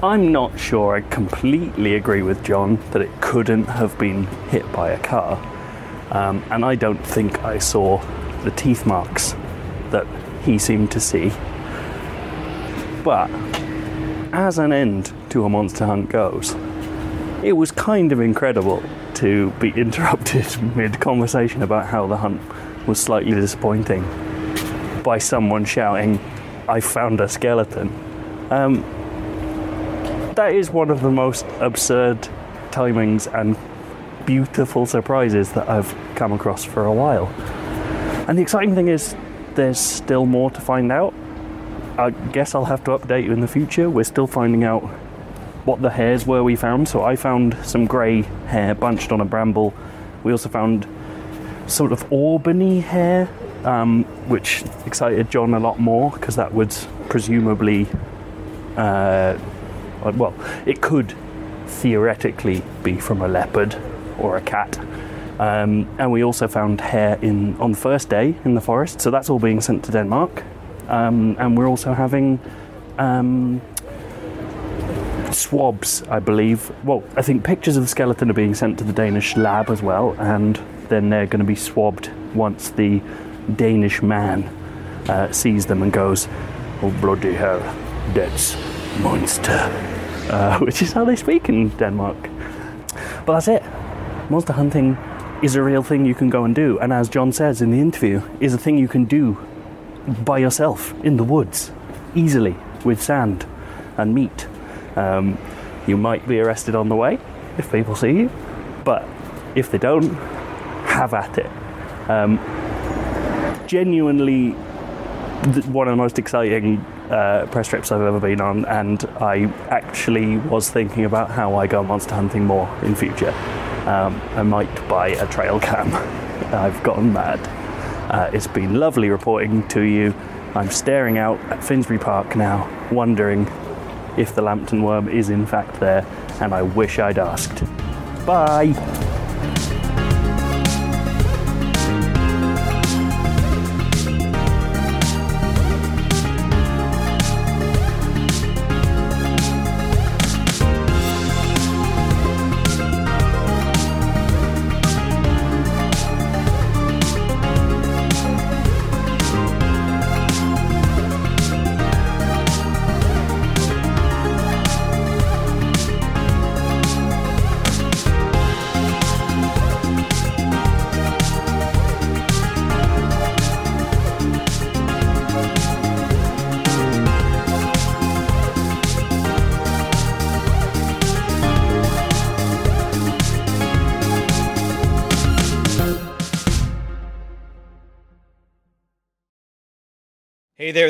I: I'm not sure I completely agree with John that it couldn't have been hit by a car. Um, and I don't think I saw the teeth marks that he seemed to see. But as an end to a monster hunt goes, it was kind of incredible to be [laughs] interrupted mid conversation about how the hunt was slightly disappointing by someone shouting, I found a skeleton. Um, that is one of the most absurd timings and beautiful surprises that I've come across for a while. And the exciting thing is, there's still more to find out. I guess I'll have to update you in the future. We're still finding out what the hairs were we found. So I found some grey hair bunched on a bramble. We also found sort of Albany hair, um, which excited John a lot more because that would presumably, uh, well, it could theoretically be from a leopard or a cat. Um, and we also found hair in on the first day in the forest, so that's all being sent to Denmark. Um, and we're also having um, swabs, I believe. Well, I think pictures of the skeleton are being sent to the Danish lab as well, and then they're going to be swabbed once the Danish man uh, sees them and goes, "Oh bloody hell, that's monster," uh, [laughs] which is how they speak in Denmark. But that's it. Monster hunting is a real thing you can go and do, and as John says in the interview, is a thing you can do by yourself in the woods, easily with sand and meat. Um, you might be arrested on the way if people see you, but if they don't, have at it. Um, genuinely, th- one of the most exciting uh, press trips I've ever been on, and I actually was thinking about how I go monster hunting more in future. Um, I might buy a trail cam. [laughs] I've gone mad. Uh, it's been lovely reporting to you. I'm staring out at Finsbury Park now, wondering if the Lambton worm is in fact there, and I wish I'd asked. Bye!
S: Hey there,